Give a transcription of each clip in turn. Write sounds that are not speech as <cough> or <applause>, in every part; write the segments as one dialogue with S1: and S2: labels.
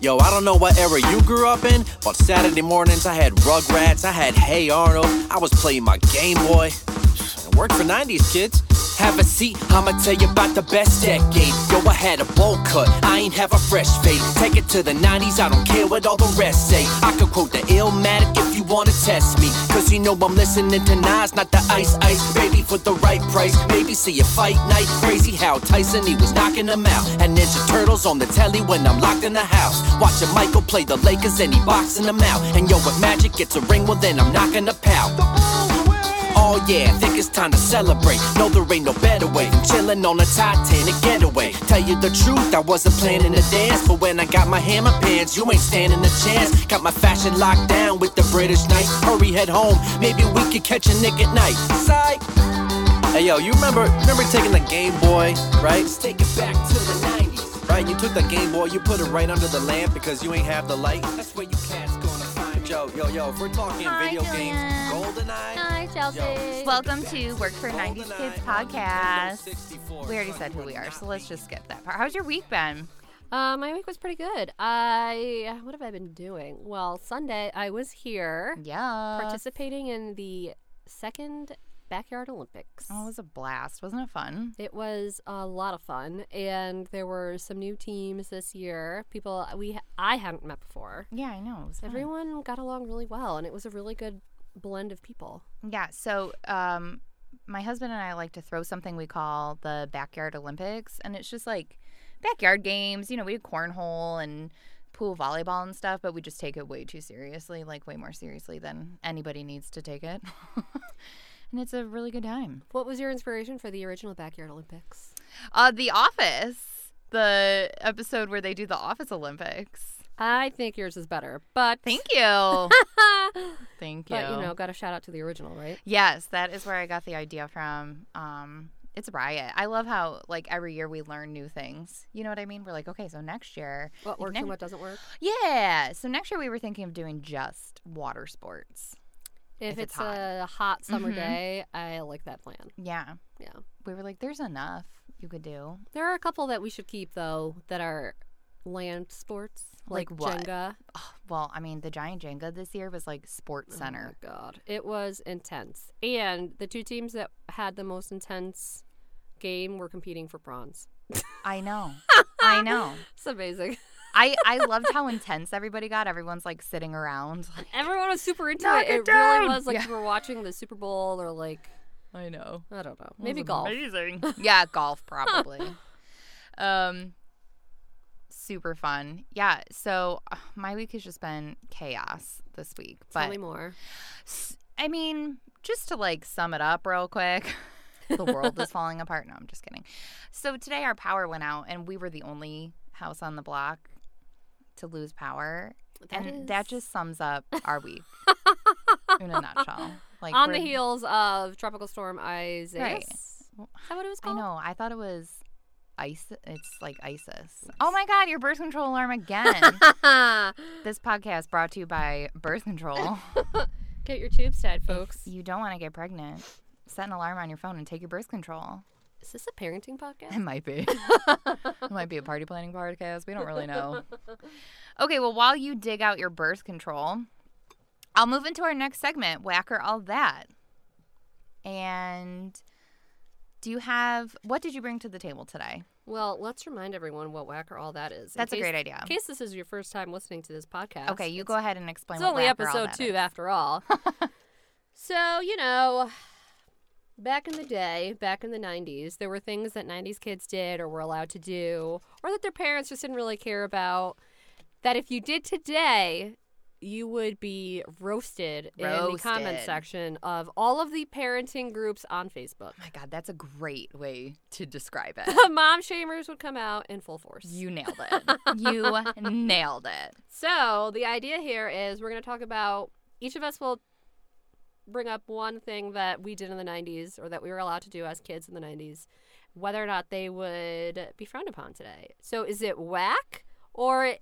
S1: Yo, I don't know what era you grew up in, but Saturday mornings I had Rugrats, I had Hey Arnold, I was playing my Game Boy. It worked for 90s kids. Have a seat, I'ma tell you about the best decade. Yo, I had a bowl cut, I ain't have a fresh fade. Take it to the 90s, I don't care what all the rest say. I could quote the Illmatic if you wanna test me. Cause you know I'm listening to Nas, not the Ice Ice. Baby, for the right price, maybe see a fight night. Crazy how Tyson, he was knocking them out. And Ninja Turtles on the telly when I'm locked in the house. Watching Michael play the Lakers and he boxing them out. And yo, if Magic gets a ring, well then I'm knocking the pout. Oh yeah, think it's time to celebrate. No, there ain't no better way than chilling on a Titanic getaway. Tell you the truth, I wasn't planning to dance, but when I got my hammer pants, you ain't standing a chance. Got my fashion locked down with the British knight. Hurry, head home. Maybe we could catch a nick at night. Psych. Hey yo, you remember remember taking the Game Boy, right? Let's take it back to the 90s. Right, you took the Game Boy, you put it right under the lamp because you ain't have the light. That's where you cats gonna find me. Yo, yo, yo, if we're talking
S2: Hi,
S1: video games,
S2: Julian.
S1: GoldenEye.
S2: Hi, Chelsea.
S3: Welcome to Work for 90s Kids podcast. We already said who we are, so let's just skip that part. How's your week been?
S2: Uh, my week was pretty good. I what have I been doing? Well, Sunday I was here
S3: Yeah.
S2: participating in the second backyard Olympics.
S3: Oh, it was a blast. Wasn't it fun?
S2: It was a lot of fun, and there were some new teams this year. People we I hadn't met before.
S3: Yeah, I know. It was fun.
S2: Everyone got along really well, and it was a really good blend of people.
S3: Yeah, so um, my husband and I like to throw something we call the Backyard Olympics, and it's just like backyard games. You know, we had cornhole and pool volleyball and stuff, but we just take it way too seriously, like way more seriously than anybody needs to take it. <laughs> and it's a really good time.
S2: What was your inspiration for the original backyard Olympics?
S3: Uh, the Office, the episode where they do the Office Olympics.
S2: I think yours is better, but
S3: Thank you. Thank you.
S2: <laughs> but you know, got a shout out to the original, right?
S3: Yes, that is where I got the idea from. Um, it's a riot. I love how like every year we learn new things. You know what I mean? We're like, okay, so next year,
S2: What works
S3: never-
S2: and what doesn't work.
S3: yeah. So next year we were thinking of doing just water sports.
S2: If,
S3: If
S2: it's,
S3: it's
S2: a hot summer
S3: Mhm.
S2: day, I like that plan.
S3: Yeah,
S2: Yeah.
S3: we were like, there's enough you could do.
S2: There are a couple that we should keep though that are land sports, like,
S3: Like what?
S2: Jenga.
S3: Ugh, Well, I mean, the giant Jenga this year was like Sports Center.
S2: Oh my god, it was intense. And the two teams that had the most intense game were competing for bronze.
S3: I know.
S2: <laughs>
S3: I know.
S2: It's amazing.
S3: I I loved how intense everybody got. Everyone's like sitting around.
S2: <laughs>
S3: <laughs>
S2: Everyone was super into
S3: Knock
S2: it.
S3: it
S2: It, really
S3: down!
S2: was like
S3: Yeah.
S2: we were watching the Super Bowl or like
S3: I know.
S2: I don't know,
S3: That was
S2: maybe golf.
S3: Amazing. yeah, golf
S2: <laughs>
S3: probably. um, super fun. Yeah. So uh, my week has just been chaos this week,
S2: Tell me
S3: but
S2: more.
S3: s- I mean, just to like sum it up real quick. <laughs> the world
S2: <laughs>
S3: is falling apart. No, I'm just kidding. So today our power went out, and we were the only house on the block to lose power,
S2: That
S3: and that
S2: is-
S3: just sums up our
S2: <laughs>
S3: week in a nutshell. Like
S2: on the
S3: we're-
S2: heels of Tropical Storm Isaias.
S3: Right.
S2: Is that what it was
S3: I
S2: called?
S3: know. I thought it was ISIS. It's like ISIS. Oh my God, your birth control alarm
S2: <laughs>
S3: again. this podcast brought to you by Birth Control.
S2: Get your tubes tied, folks.
S3: you don't want to get pregnant. Set an alarm on your phone and take your birth control.
S2: Is this a
S3: <laughs>
S2: parenting
S3: It
S2: podcast?
S3: might
S2: <laughs>
S3: be. it might be a party planning podcast. We don't really know. Okay, well, while you dig out your birth control, I'll move into our next segment, Whack or All That. And do you have, what did you bring to the table today?
S2: Well, let's remind everyone what Whack or All That is. in
S3: That's a
S2: case-
S3: great idea.
S2: In case this is your first time listening to this podcast.
S3: Okay, you
S2: it's,
S3: go ahead and explain.
S2: It's
S3: what
S2: only
S3: Whack or All
S2: episode
S3: That
S2: two,
S3: is. <laughs>
S2: after all. so, you know, back in the day, back in the 90s, there were things that 90s kids did or were allowed to do or that their parents just didn't really care about that if you did today, you would be roasted, in the comment
S3: Roasted.
S2: section of all of the parenting groups on Facebook.
S3: Oh My God, that's a great way to describe
S2: <laughs>
S3: it.
S2: The mom shamers would come out in full force.
S3: You nailed it.
S2: <laughs>
S3: You nailed it.
S2: So the idea here is we're going to talk about each of us will bring up one thing that we did in the 90s or that we were allowed to do as kids in the 90s, whether or not they would be frowned upon today. So is it whack or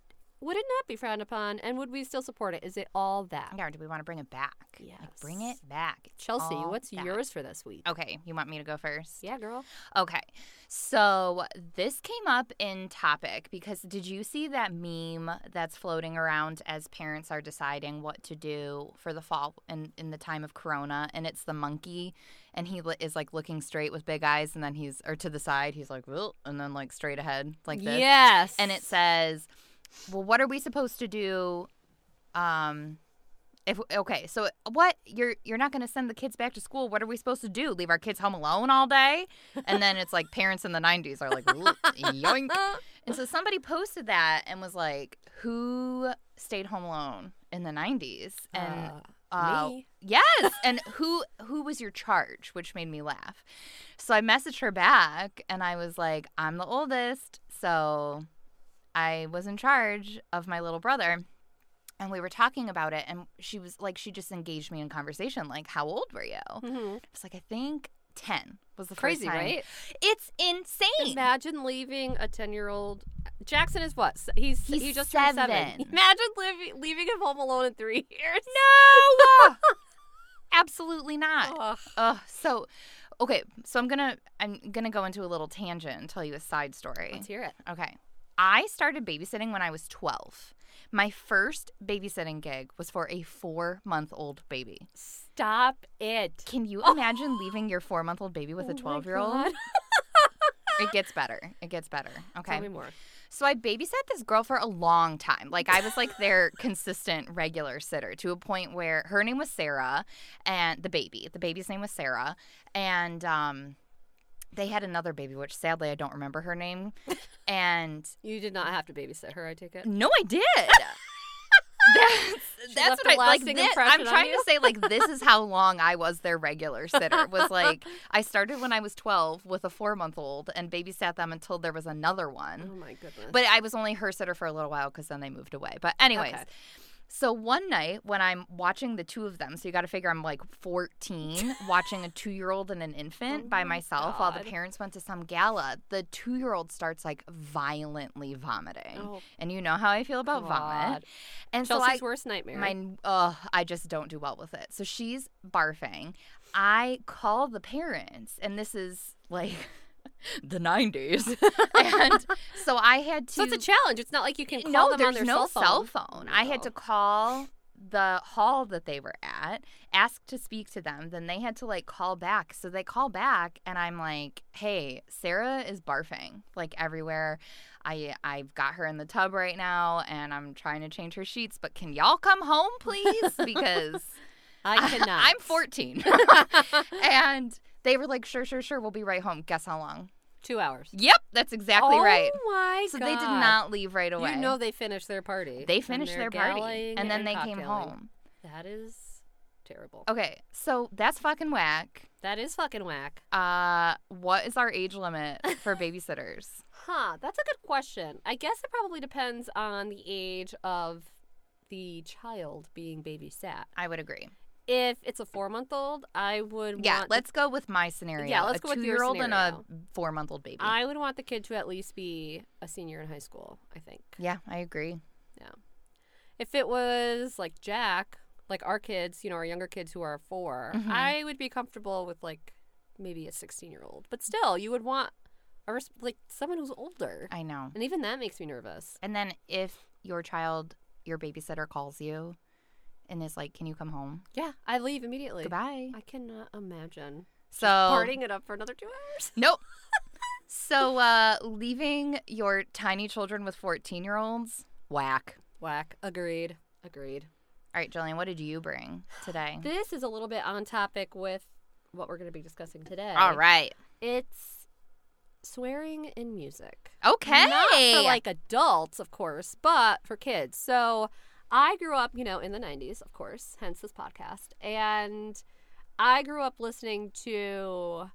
S2: Would it not be frowned upon, and would we still support it? Is it all that?
S3: Yeah, or do we want to bring it back? Like, bring
S2: Yes.
S3: it back. It's
S2: Chelsea,
S3: all Oh,
S2: what's
S3: back.
S2: yours for this week?
S3: Okay, you want me to go first?
S2: Yeah, girl.
S3: Okay. So this came up in topic because did you see that meme that's floating around as parents are deciding what to do for the fall in, in the time of corona and it's the monkey and he li- is like looking straight with big eyes and then he's or to the side he's like "Ugh," and then like straight ahead like this
S2: Yes.
S3: and it says, "Well, what are we supposed to do?" Um, if okay, so what you're you're not going to send the kids back to school? What are we supposed to do? Leave our kids home alone all day? And then it's like parents in the '90s are like, "Ugh, yoink. And so somebody posted that and was like, "Who stayed home alone in the '90s?" And uh,
S2: me.
S3: Yes, and who who was your charge, which made me laugh. So I messaged her back, and I was like, "I'm the oldest, so I was in charge of my little brother." And we were talking about it, and she was like, she just engaged me in conversation, like, "How old were you?" I
S2: hmm
S3: was like, "I think ten was the first
S2: Crazy,
S3: time."
S2: right?
S3: It's insane.
S2: Imagine leaving a ten-year-old. Jackson is what? S- He's,
S3: He's
S2: he just turned
S3: seven.
S2: Imagine living, leaving him home alone in three <laughs> years. <laughs>
S3: no, absolutely not.
S2: Ugh.
S3: Ugh, so okay, so I'm gonna I'm gonna go into a little tangent and tell you a side story.
S2: Let's hear it.
S3: Okay. I started babysitting when I was 12. My first babysitting gig was for a four month old baby.
S2: Stop it.
S3: Can you imagine leaving your four month old baby with
S2: Oh
S3: a 12 year old? It gets better. It gets better.
S2: <laughs> Tell me
S3: Okay.
S2: more.
S3: So I babysat this girl for a long time. Like I was like their <laughs> consistent regular sitter to a point where her name was Sarah and the baby. The baby's name was Sarah. And um they had another baby, which sadly I don't remember her name. And
S2: You did not have to babysit her. I take it.
S3: No, I
S2: <laughs>
S3: did. that's that's
S2: left
S3: what I
S2: a
S3: like.
S2: lasting
S3: thi-
S2: impression
S3: I'm
S2: on
S3: trying
S2: you.
S3: to say like this is how long I was their regular sitter. Was
S2: <laughs>
S3: like I started when I was 12 with a four month old and babysat them until there was another
S2: Oh
S3: one.
S2: my goodness.
S3: But I was only her sitter for a little while because then they moved away. But anyways.
S2: Okay.
S3: So one night when I'm watching the two of them, so you got to figure I'm like
S2: <laughs>
S3: 14, watching a two year old and an infant
S2: Oh
S3: by
S2: my
S3: myself while the
S2: God.
S3: parents went to some gala. The two year old starts like violently vomiting,
S2: Oh,
S3: and you know how I feel about
S2: God.
S3: vomit. And so I,
S2: Chelsea's worst nightmare.
S3: mine, ugh, I just don't do well with it. So she's barfing. I call the parents, and this is like <laughs> the
S2: <laughs>
S3: 90s, and so I had to
S2: so it's a challenge. It's not like you can call
S3: no,
S2: them
S3: there's
S2: on their
S3: no
S2: cell phone.
S3: I had to call the hall that they were at, ask to speak to them. Then they had to like call back. So they call back, and I'm like, "Hey, Sarah is barfing like everywhere. I I've got her in the tub right now, and I'm trying to change her sheets. But can y'all come home,
S2: <laughs>
S3: please? Because <laughs>
S2: I cannot.
S3: I'm
S2: <laughs>
S3: 14, <laughs> and they were like, "Sure, sure, sure. We'll be right home. Guess how long?
S2: Two hours.
S3: Yep, that's exactly
S2: oh
S3: right.
S2: my
S3: So they did
S2: God.
S3: not leave right away.
S2: You know they finished their party.
S3: They
S2: and
S3: finished
S2: they're
S3: their party
S2: gallying
S3: and then they came
S2: cocktailing.
S3: home.
S2: That is terrible.
S3: Okay, so that's fucking whack.
S2: That is fucking whack.
S3: Uh, what is our age
S2: <laughs>
S3: limit for babysitters?
S2: Huh. That's a good question. I guess it probably depends on the age of the child being babysat.
S3: I would agree.
S2: If it's a four month old, I would
S3: Yeah,
S2: want the
S3: let's go with my scenario.
S2: Yeah, let's
S3: a
S2: go with your
S3: two-year-old and a
S2: scenario.
S3: four-month-old baby.
S2: I would want the kid to at least be a senior in high school, I think.
S3: yeah, I agree.
S2: If it was like Jack, like our kids, you know, our younger kids who are 4
S3: Mhm.
S2: I would be comfortable with like maybe a 16 year old. But still, you would want a res- like someone who's older.
S3: I know.
S2: And even that makes me nervous.
S3: And then if your child, your babysitter calls you, and is like, "Can you come home?"
S2: Yeah, I leave immediately.
S3: Goodbye. Oh.
S2: I cannot imagine
S3: So
S2: parting it up for another two hours. <laughs>
S3: Nope. so uh, leaving your tiny children with fourteen-year-olds, whack.
S2: Whack. Agreed. Agreed.
S3: All right, Jillian, what did you bring today?
S2: This is a little bit on topic with what we're going to be discussing today.
S3: All right.
S2: It's swearing in music.
S3: Okay.
S2: Not for like adults, of course, but for kids. So I grew up, you know, in the 90s, of course, hence this podcast. And I grew up listening to,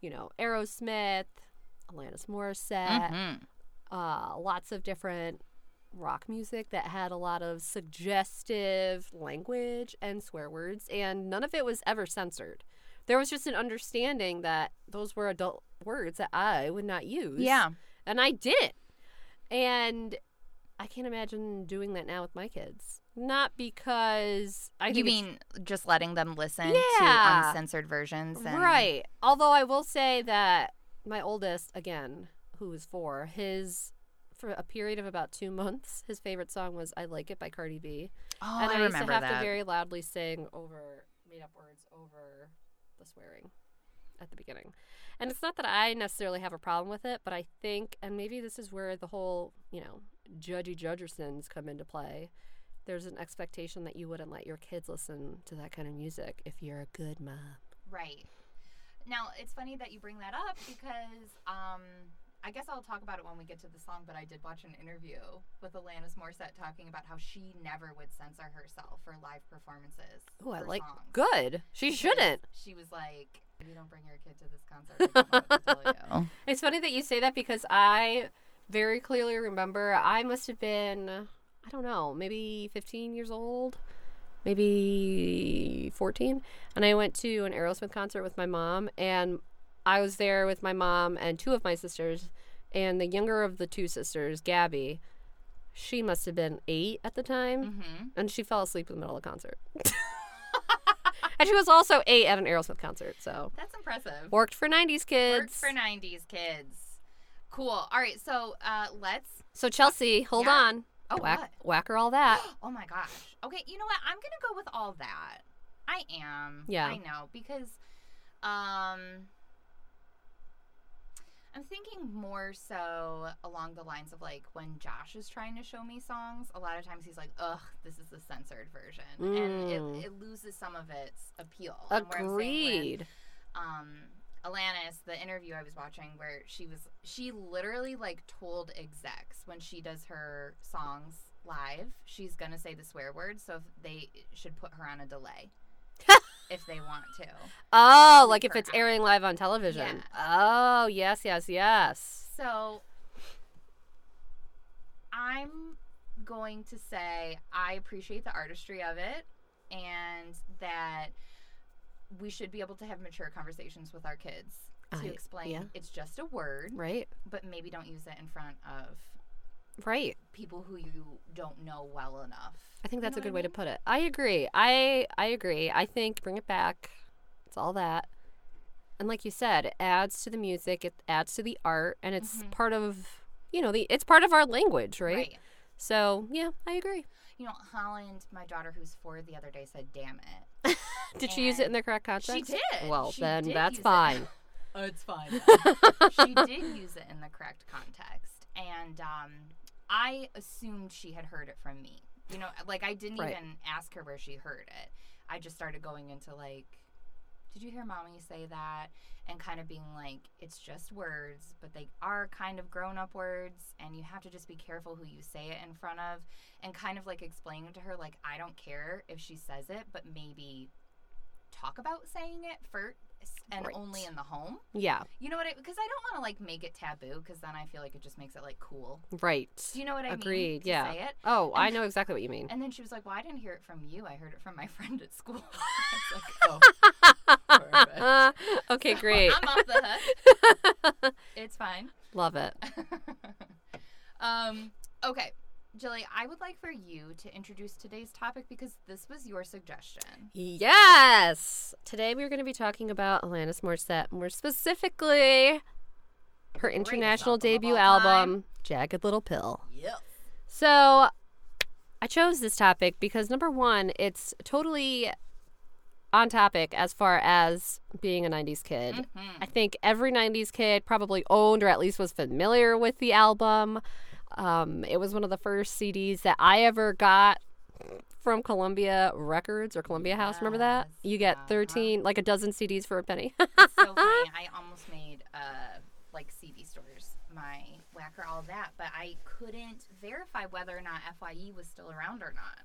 S2: you know, Aerosmith, Alanis Morissette,
S3: Mhm.
S2: uh, lots of different rock music that had a lot of suggestive language and swear words, and none of it was ever censored. There was just an understanding that those were adult words that I would not use.
S3: Yeah.
S2: And I didn't. And I can't imagine doing that now with my kids. Not because I
S3: you
S2: think it's-
S3: mean just letting them listen to
S2: Yeah.
S3: uncensored versions? And,
S2: Right. Although I will say that my oldest, again, who is four, his for a period of about two months, his favorite song was "I Like It" by Cardi B,
S3: Oh,
S2: and
S3: I,
S2: I, used to
S3: remember
S2: have
S3: that.
S2: to very loudly sing over made up words over the swearing at the beginning. And it's not that I necessarily have a problem with it, but I think, and maybe this is where the whole you know judgy judgersons come into play. There's an expectation that you wouldn't let your kids listen to that kind of music if you're a good mom.
S3: Right. Now it's funny that you bring that up because um, I guess I'll talk about it when we get to the song. But I did watch an interview with Alanis Morissette talking about how she never would censor herself for live performances.
S2: Oh, I
S3: for
S2: like
S3: songs.
S2: good. She
S3: Because
S2: shouldn't.
S3: She was like, "You don't bring your kid to this concert." I don't know what <laughs> to tell you."
S2: It's funny that you say that because I very clearly remember I must have been I don't know, maybe 15 years old, maybe 14, and I went to an Aerosmith concert with my mom and I was there with my mom and two of my sisters and the younger of the two sisters, Gabby. She must have been 8 at the time
S3: Mhm.
S2: and she fell asleep in the middle of the concert. <laughs> and she was also 8 at an Aerosmith concert, so
S3: That's impressive.
S2: Worked for 90s kids.
S3: Work for '90s kids. Cool. All right, so uh, let's
S2: so, Chelsea, hold
S3: Yeah.
S2: on.
S3: Oh,
S2: Whack,
S3: what? <gasps>
S2: whacker all that.
S3: Oh my gosh. Okay, you know what? I'm gonna go with all that. I am.
S2: Yeah.
S3: I know because, um, I'm thinking more so along the lines of like when Josh is trying to show me songs. A lot of times he's like, "Ugh, this is the censored version," and
S2: Mm.
S3: it, it loses some of its appeal. And where I'm saying when,
S2: Agreed.
S3: um Alanis, the interview I was watching where she was she literally like told execs when she does her songs live, she's gonna say the swear words, so if they should put her on a
S2: <laughs>
S3: delay if they want to.
S2: Oh, like if
S3: for
S2: it's
S3: hours.
S2: airing live on television. Oh, yes, yes, yes.
S3: So I'm going to say I appreciate the artistry of it and that we should be able to have mature conversations with our kids to
S2: I-
S3: explain
S2: yeah.
S3: it's just a word.
S2: Right,
S3: but maybe don't use it in front of
S2: right.
S3: people who you don't know well enough.
S2: I think
S3: You
S2: that's
S3: know
S2: a good
S3: what
S2: way
S3: I
S2: to put it. I agree. I I agree. I think bring it back. It's all that. And like you said, it adds to the music, it adds to the art, and it's
S3: Mm-hmm.
S2: part of you know, the it's part of our language, right?
S3: mean?
S2: So yeah, I agree.
S3: You know, Holland, my daughter who's four the other day said, damn it.
S2: Did she use it in
S3: And
S2: the correct context?
S3: did.
S2: Well,
S3: She
S2: then
S3: did
S2: that's
S3: use it.
S2: fine.
S3: <laughs> it's fine. she did use it in the correct context. And um, I assumed she had heard it from me. You know, like I didn't
S2: Right.
S3: even ask her where she heard it. I just started going into like, did you hear mommy say that? And kind of being like, it's just words, but they are kind of grown up words, and you have to just be careful who you say it in front of. And kind of like explaining to her, like, I don't care if she says it, but maybe talk about saying it first and
S2: Right.
S3: only in the home.
S2: <laughs> Yeah,
S3: You know what? I Because I don't want to like make it taboo, because then I feel like it just makes it like cool.
S2: right.
S3: Do you know what I mean?
S2: Agreed.
S3: To
S2: yeah.
S3: Say it.
S2: Oh, I know exactly what
S3: <laughs>
S2: you mean. <laughs>
S3: And then she was like, "Well, I didn't hear it from you. I heard it from my <laughs> friend at school." I was like, "Oh, perfect.
S2: Uh, <laughs> okay, great.
S3: I'm off the hook. it's fine.
S2: <laughs>
S3: <laughs>
S2: Love it.
S3: um, okay, Jilly, I would like for you to introduce today's topic because this was your suggestion.
S2: <laughs> Yes. Today we're going to be talking about Alanis Morissette, more specifically her international
S3: album of
S2: debut
S3: all time.
S2: album, Jagged Little Pill.
S3: Yep.
S2: So I chose this topic because number one, it's totally on topic as far as being a 90s kid.
S3: Mm-hmm.
S2: I think every 90s kid probably owned or at least was familiar with the album. Um, it was one of the first CDs that I ever got from Columbia Records or Columbia House. Remember that? You get 13, like a dozen CDs for a penny. <laughs>
S3: so funny. I almost made uh, like CD stores my whacker all that, but I couldn't verify whether or not Fye was still around or not.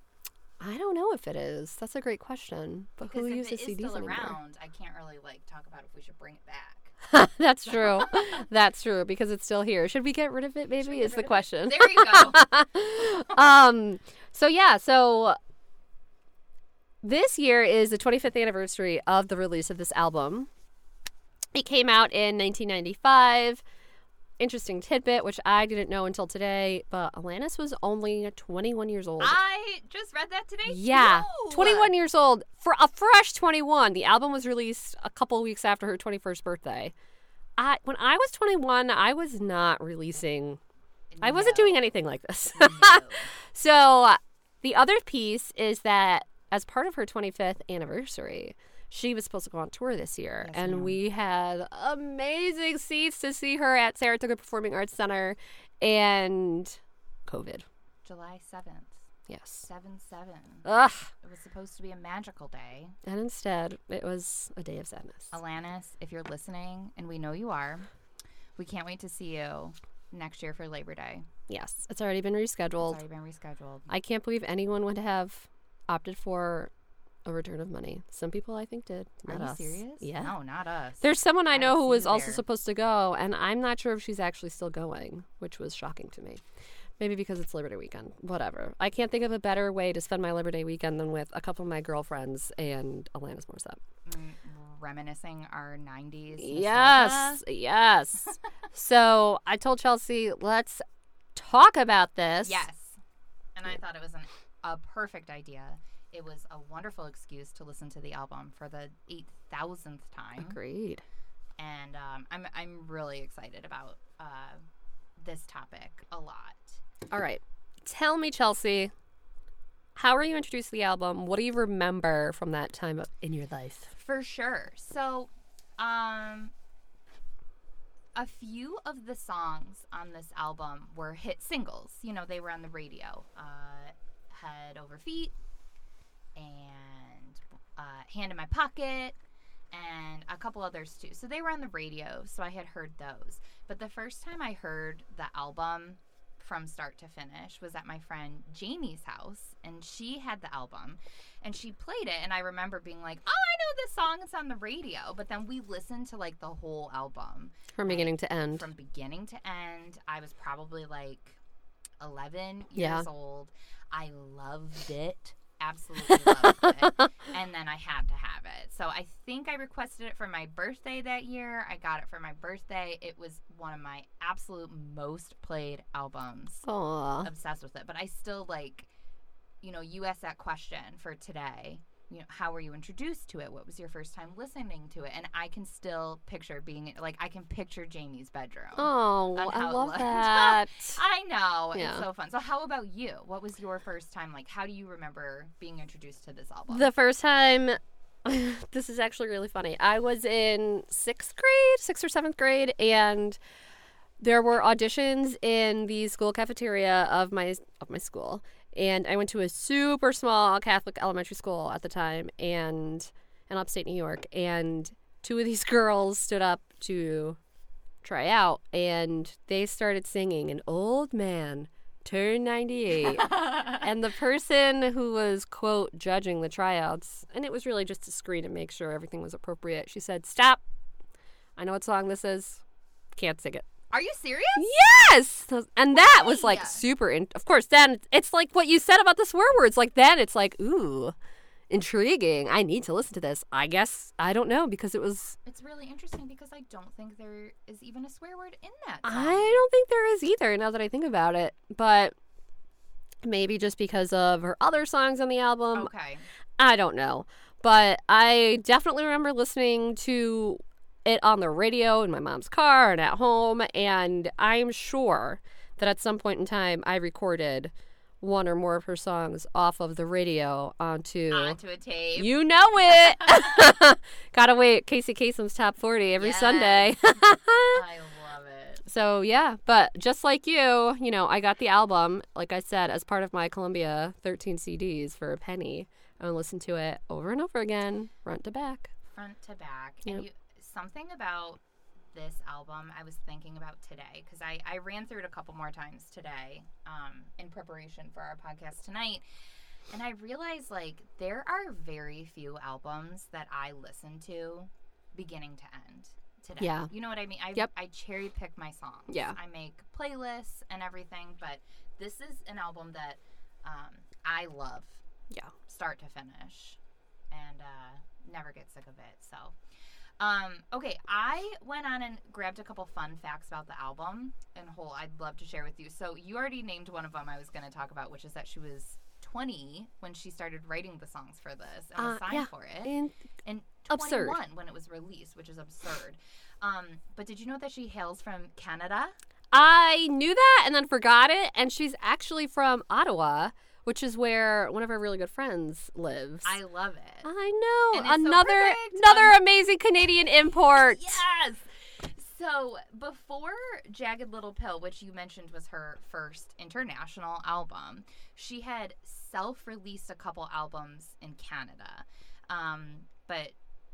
S2: I don't know if it is. That's a great question. But
S3: Because
S2: who
S3: if it
S2: uses
S3: is
S2: CDs
S3: still
S2: anymore?
S3: around, I can't really like talk about if we should bring it back.
S2: <laughs> That's true. <laughs> That's true because it's still here. Should we get rid of it? Maybe is the question.
S3: There you go.
S2: Um. So yeah. So this year is the 25th anniversary of the release of this album. It came out in 1995. interesting tidbit, which I didn't know until today, but Alanis was only 21 years old.
S3: I just read that today.
S2: yeah,
S3: too.
S2: 21 years old for a fresh 21. The album was released a couple weeks after her 21st birthday. I when I was 21, I was not releasing. I wasn't doing anything like this. <laughs> so uh, the other piece is that as part of her 25th anniversary, she was supposed to go on tour this year, and we had amazing seats to see her at Saratoga Performing Arts Center, and COVID.
S3: July seventh,
S2: Yes.
S3: seven seven.
S2: Ugh.
S3: It was supposed to be a magical day.
S2: And instead, it was a day of sadness.
S3: Oh. Alanis, if you're listening, and we know you are, we can't wait to see you next year for Labor Day.
S2: Yes, it's already been
S3: It's
S2: rescheduled.
S3: already been rescheduled.
S2: I can't believe anyone would have opted for a return of money. Some people I think did. Not
S3: Are you
S2: us.
S3: serious?
S2: Yeah.
S3: No, not us.
S2: There's someone I
S3: I
S2: know
S3: don't
S2: who
S3: see
S2: was
S3: you
S2: also
S3: there.
S2: supposed to go, and I'm not sure if she's actually still going, which was shocking to me. Maybe because it's Liberty Weekend. Whatever. I can't think of a better way to spend my Liberty Day weekend than with a couple of my girlfriends and Alanis Morissette.
S3: reminiscing our 90s.
S2: Yes,
S3: <laughs>
S2: yes. so I told Chelsea, let's talk about this.
S3: nostalgia. Yes. And I thought it was an, a perfect idea. It was a wonderful excuse to listen to the album for the 8,000th time.
S2: Agreed.
S3: And um, I'm, I'm really excited about uh, this topic a lot.
S2: All right. Tell me, Chelsea, how were you introduced to the album? What do you remember from that time of- in your life?
S3: For sure. So, um, a few of the songs on this album were hit singles. You know, they were on the radio. Uh, Head Over Feet and uh, Hand in My Pocket and a couple others too. So they were on the radio, so I had heard those. But the first time I heard the album from start to finish was at my friend Jamie's house and she had the album and she played it and I remember being like, "Oh, I know this song. It's on the radio." But then we listened to like the whole album
S2: From beginning to end.
S3: from beginning to end. I was probably like 11
S2: Yeah.
S3: years old. I loved it. Absolutely loved it. And then I had to have it. So I think I requested it for my birthday that year. I got it for my birthday. It was one of my absolute most played albums.
S2: Aw.
S3: <laughs> Obsessed with it. But I still like, you know, you asked that question for today. You know, how were you introduced to it? What was your first time listening to it? And I can still picture being like, I can picture Jamie's bedroom.
S2: Oh,
S3: on how
S2: I
S3: it
S2: love
S3: looked.
S2: that.
S3: <laughs> I know.
S2: Yeah.
S3: It's so fun. So, how about you? What was your first time? Like, how do you remember being introduced to this album?
S2: the first time, <laughs> this is actually really funny. I was in sixth grade, sixth or seventh grade, and there were auditions in the school cafeteria of my of my school and i went to a super small catholic elementary school at the time and in upstate new york and two of these <laughs> girls stood up to try out and they started singing an old man turned 98 and the person who was quote judging the tryouts and it was really just to screen and make sure everything was appropriate she said stop i know what song this is can't sing it
S3: Are you serious?
S2: Yes, and that was like
S3: Hey.
S2: super. In- of course, then it's like what you said about the swear words. Like then it's like ooh, intriguing. I need to listen to this. I guess I don't know because it was.
S3: It's really interesting because I don't think there is even a swear word in that.
S2: I
S3: Song.
S2: don't think there is either. Now that I think about it, but maybe just because of her other songs on the album,
S3: okay.
S2: I don't know. But I definitely remember listening to it on the radio in my mom's car and at home. And I'm sure that at some point in time, I recorded one or more of her songs off of the radio onto.
S3: Onto a tape.
S2: you know it. <laughs> Gotta wait. Casey Kasem's top 40 every
S3: Yes.
S2: Sunday.
S3: I love it.
S2: So yeah, but just like you, you know, I got the album, like I said, as part of my Columbia 13 CDs for a penny. I would listen to it over and over again, front to back.
S3: Front to back.
S2: Yep.
S3: And you, something about this album I was thinking about today because I, I ran through it a couple more times today um, in preparation for our podcast tonight. And I realized like there are very few albums that I listen to beginning to end today.
S2: Yeah.
S3: You know what I mean? I,
S2: Yep.
S3: I cherry pick my songs.
S2: Yeah.
S3: I make playlists and everything, but this is an album that um, I love
S2: Yeah.
S3: start to finish and uh, never get sick of it. So Um, okay, I went on and grabbed a couple fun facts about the album and whole I'd love to share with you. So you already named one of them I was going to talk about, which is that she was 20 when she started writing the songs for this and was
S2: Uh,
S3: signed
S2: yeah.
S3: for it.
S2: And
S3: and
S2: Absurd.
S3: 21 when it was released, which is absurd. Um, but did you know that she hails from Canada?
S2: I knew that and then forgot it. And she's actually from Ottawa, which is where one of our really good friends lives.
S3: I love it.
S2: I know
S3: And it's so
S2: another
S3: perfect. Um,
S2: another amazing Canadian import.
S3: Yes. So before Jagged Little Pill, which you mentioned was her first international album, she had self-released a couple albums in Canada, um, but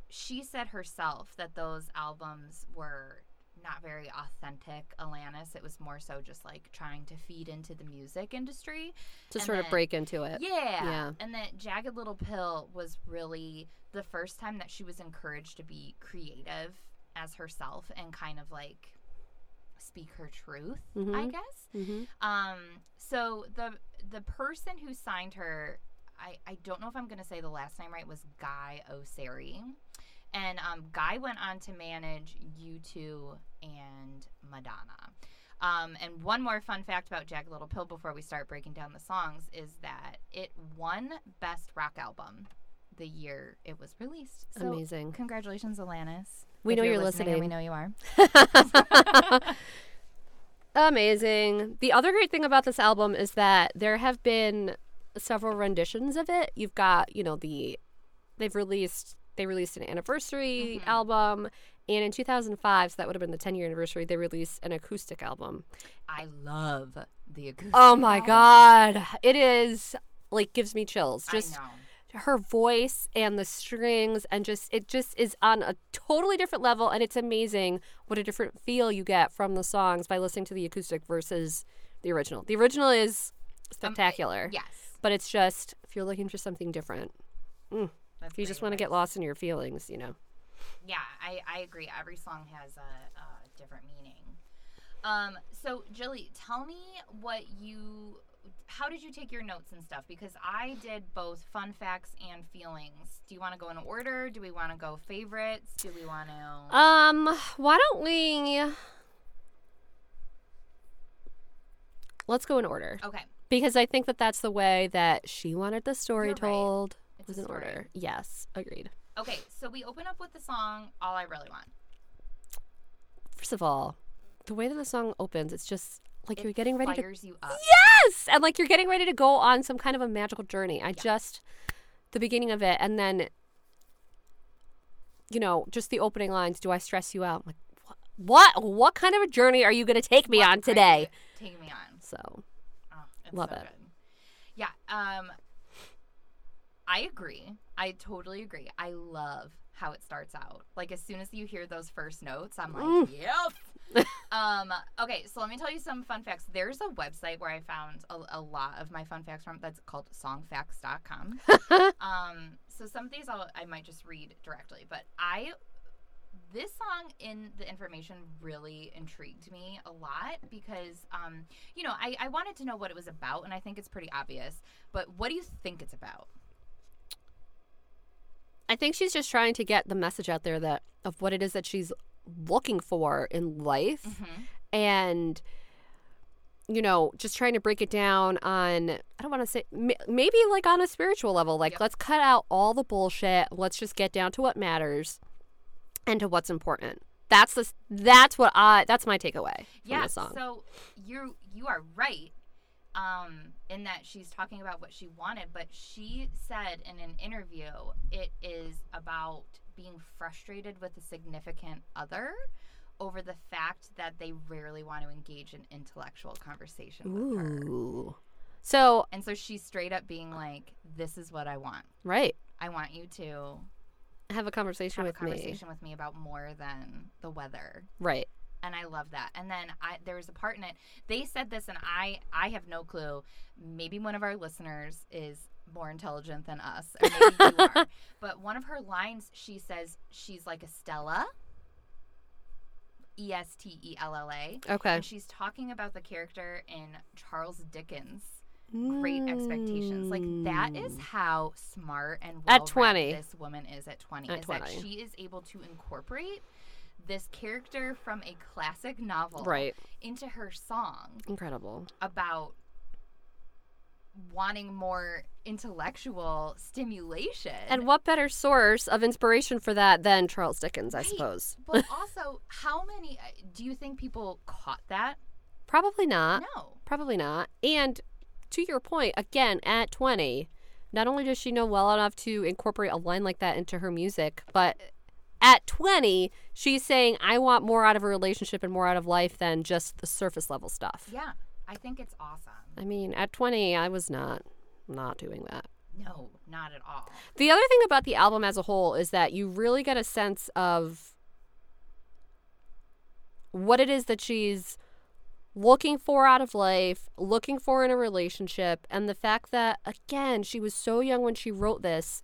S3: she said herself that those albums were not very authentic Alanis. It was more so just like trying to feed into the music industry.
S2: To
S3: And
S2: sort of
S3: then-
S2: break into it.
S3: Yeah.
S2: Yeah.
S3: And that Jagged Little Pill was really the first time that she was encouraged to be creative as herself and kind of like speak her truth, I
S2: Mhm.
S3: guess.
S2: Mhm.
S3: Um, so the the person who signed her, I, I don't know if I'm gonna say the last name right, was Guy Osari. And um, Guy went on to manage U2 and Madonna. Um, and one more fun fact about Jagged Little Pill before we start breaking down the songs is that it won Best Rock Album the year it was released. So
S2: Amazing.
S3: Congratulations, Alanis.
S2: We
S3: If
S2: know
S3: you're
S2: you're
S3: and
S2: listening.
S3: We know you are.
S2: Amazing. The other great thing about this album is that there have been several renditions of it. You've got, you know, the they've released they released an anniversary album and in 2005, so that would have been the 10 year anniversary, they released an acoustic album.
S3: I love the acoustic.
S2: Oh my
S3: album.
S2: god. It is like gives me chills.
S3: I
S2: Just
S3: know.
S2: her voice and the strings and just it just is on a totally different level and it's amazing what a different feel you get from the songs by listening to the acoustic versus the original. The original is spectacular.
S3: Yes.
S2: But it's just if you're looking for something different,
S3: That's
S2: if you just
S3: great
S2: want to get
S3: advice.
S2: lost in your feelings, you know.
S3: Yeah, I, I agree. Every song has a, a different meaning. Um, so Jilly, tell me what you, how did you take your notes and stuff? Because I did both fun facts and feelings. Do you want to go in order? Do we want to go favorites? Do we want to?
S2: Um, why don't we Let's go in order
S3: okay.
S2: because I think that that's the way that she wanted the story
S3: You're right.
S2: told.
S3: It's
S2: was
S3: a
S2: in
S3: story.
S2: order. Yes, agreed.
S3: Okay. So we open up with the song "All I Really Want."
S2: First of all, the way that the song opens, it's just like you're
S3: It
S2: getting ready to
S3: fires you up.
S2: yes, and like you're getting ready to go on some kind of a magical journey. I just the beginning of it, and then you know, just the opening lines. Do I stress you out? I'm like what? What? What kind of a journey are you going to take me
S3: What are
S2: on
S3: you
S2: today?
S3: Taking me on.
S2: So
S3: Oh, it's
S2: Love
S3: so
S2: it.
S3: Good. Yeah. Um, I agree. I totally agree. I love how it starts out. Like as soon as you hear those first notes, I'm like,
S2: Mm. <laughs>
S3: yep. um, okay, so let me tell you some fun facts. There's a website where I found a, a lot of my fun facts from. That's called
S2: <laughs>
S3: songfacts.com. um, so some of these I'll, I might just read directly, but I this song in the information really intrigued me a lot because um, you know I, I wanted to know what it was about and i think it's pretty obvious but what do you think it's about
S2: I think she's just trying to get the message out there that of what it is that she's looking for in life.
S3: Mm-hmm.
S2: and you know just trying to break it down on i don't want to say m- maybe like on a spiritual level like
S3: Yep.
S2: let's cut out all the bullshit let's just get down to what matters and to what's important that's the that's what i that's my takeaway from
S3: yeah
S2: the song
S3: so you you are right um, in that she's talking about what she wanted but she said in an interview it is about being frustrated with a significant other over the fact that they rarely want to engage in intellectual conversation with her
S2: ooh so
S3: And so she's straight up being like, "This is what I want.
S2: right
S3: I want you to
S2: have a conversation
S3: have a
S2: with me
S3: conversation with me about more than the weather."
S2: right
S3: And I love that. And then I, there was a part in it. They said this, and I I have no clue. Maybe one of our listeners is more intelligent than us, or maybe
S2: <laughs>
S3: you are. But one of her lines, she says she's like a Stella. E S T E L L A.
S2: okay
S3: And she's talking about the character in Charles Dickens great expectations. Like that is how smart and
S2: Mm. At
S3: well-read
S2: 20.
S3: this woman is at 20
S2: At
S3: is
S2: 20.
S3: that she is able to incorporate this character from a classic novel
S2: Right.
S3: into her song
S2: Incredible.
S3: about wanting more intellectual stimulation
S2: And what better source of inspiration for that than Charles Dickens, I
S3: Right.
S2: suppose? <laughs>
S3: but also how many uh, do you think people caught that
S2: Probably not.
S3: no
S2: Probably not. And to your point, again, at 20, not only does she know well enough to incorporate a line like that into her music, but at 20, she's saying, I want more out of a relationship and more out of life than just the surface level stuff.
S3: yeah i think it's awesome
S2: I mean, at 20, I was not not doing that.
S3: no not at all
S2: The other thing about the album as a whole is that you really get a sense of what it is that she's looking for out of life, looking for in a relationship, and the fact that, again, she was so young when she wrote this.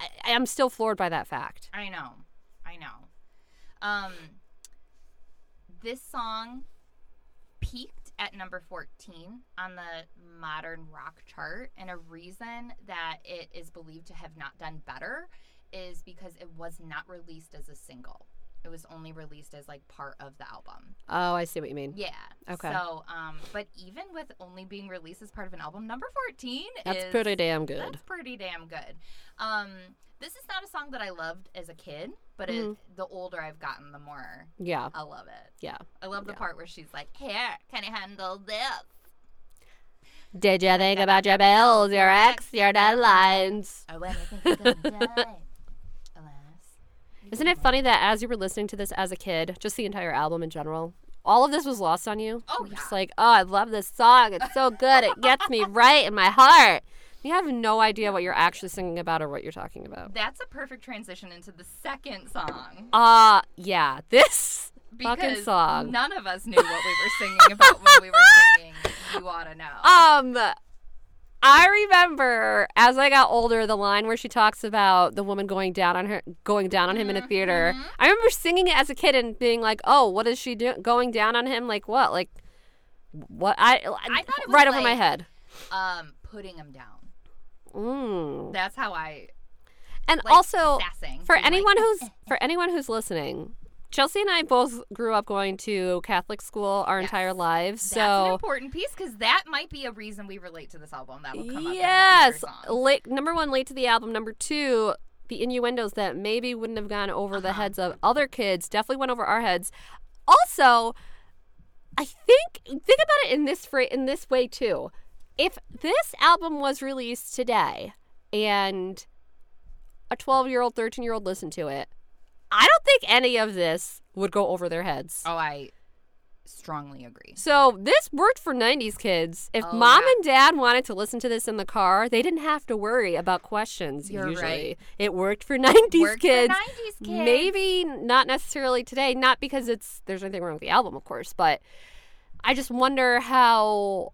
S2: I, I'm still floored by that fact.
S3: I know. I know. Um this song peaked at number 14 on the modern rock chart and a reason that it is believed to have not done better is because it was not released as a single. It was only released as like part of the album.
S2: Oh, I see what you mean.
S3: Yeah.
S2: Okay.
S3: So, um, but even with only being released as part of an album, number fourteen
S2: That's
S3: is
S2: pretty damn good.
S3: that's pretty damn good. Um, this is not a song that I loved as a kid, but
S2: Mm-hmm.
S3: it, the older I've gotten, the more
S2: Yeah.
S3: I love it.
S2: Yeah.
S3: I love the part where she's like, "Here, can you handle this?"
S2: Did you think about your bills, your ex, your deadlines?
S3: Oh, and I think you're gonna die,
S2: <laughs>
S3: alas.
S2: Isn't it funny that as you were listening to this as a kid, just the entire album in general, all of this was lost on you?
S3: Oh,
S2: You're Just
S3: yeah.
S2: like, oh, I love this song. It's so good. It
S3: <laughs>
S2: gets me right in my heart. You have no idea what you're actually singing about or what you're talking about.
S3: That's a perfect transition into the second song
S2: Uh, yeah. <laughs> This fucking
S3: because
S2: song.
S3: none of us knew what we were singing about when we were singing. You oughta
S2: <laughs>
S3: know.
S2: Um, I remember as I got older, the line where she talks about the woman going down on her, going down on him
S3: Mm-hmm,
S2: in a theater. I remember singing it as a kid and being like, "Oh, what is she doing? Going down on him? Like what? Like what? I,
S3: I thought it was
S2: right over my
S3: like-
S2: head.
S3: Um, putting him down.
S2: Mm.
S3: That's how I
S2: And
S3: like,
S2: also,
S3: sassing,
S2: for
S3: being like,
S2: anyone
S3: <laughs>
S2: who's for anyone who's listening, Chelsea and I both grew up going to Catholic school our entire lives,
S3: That's an
S2: so.
S3: important piece because that might be a reason we relate to this album. That'll come up.
S2: Yes,
S3: in a future song.
S2: late, number one, late to the album. Number two, the innuendos that maybe wouldn't have gone over the
S3: Uh-huh.
S2: heads of other kids definitely went over our heads. Also, I think think about it in this fra- in this way too. If this album was released today and a 12 year old, 13 year old listened to it, I don't think any of this would go over their heads.
S3: Oh, I strongly agree.
S2: So this worked for 90s kids. If
S3: Oh,
S2: mom
S3: yeah.
S2: and dad wanted to listen to this in the car, they didn't have to worry about questions
S3: You're
S2: usually.
S3: right.
S2: It worked for <laughs> 90s
S3: Worked for
S2: kids.
S3: 90s kids.
S2: Maybe not necessarily today, not because it's there's anything wrong with the album, of course, but I just wonder how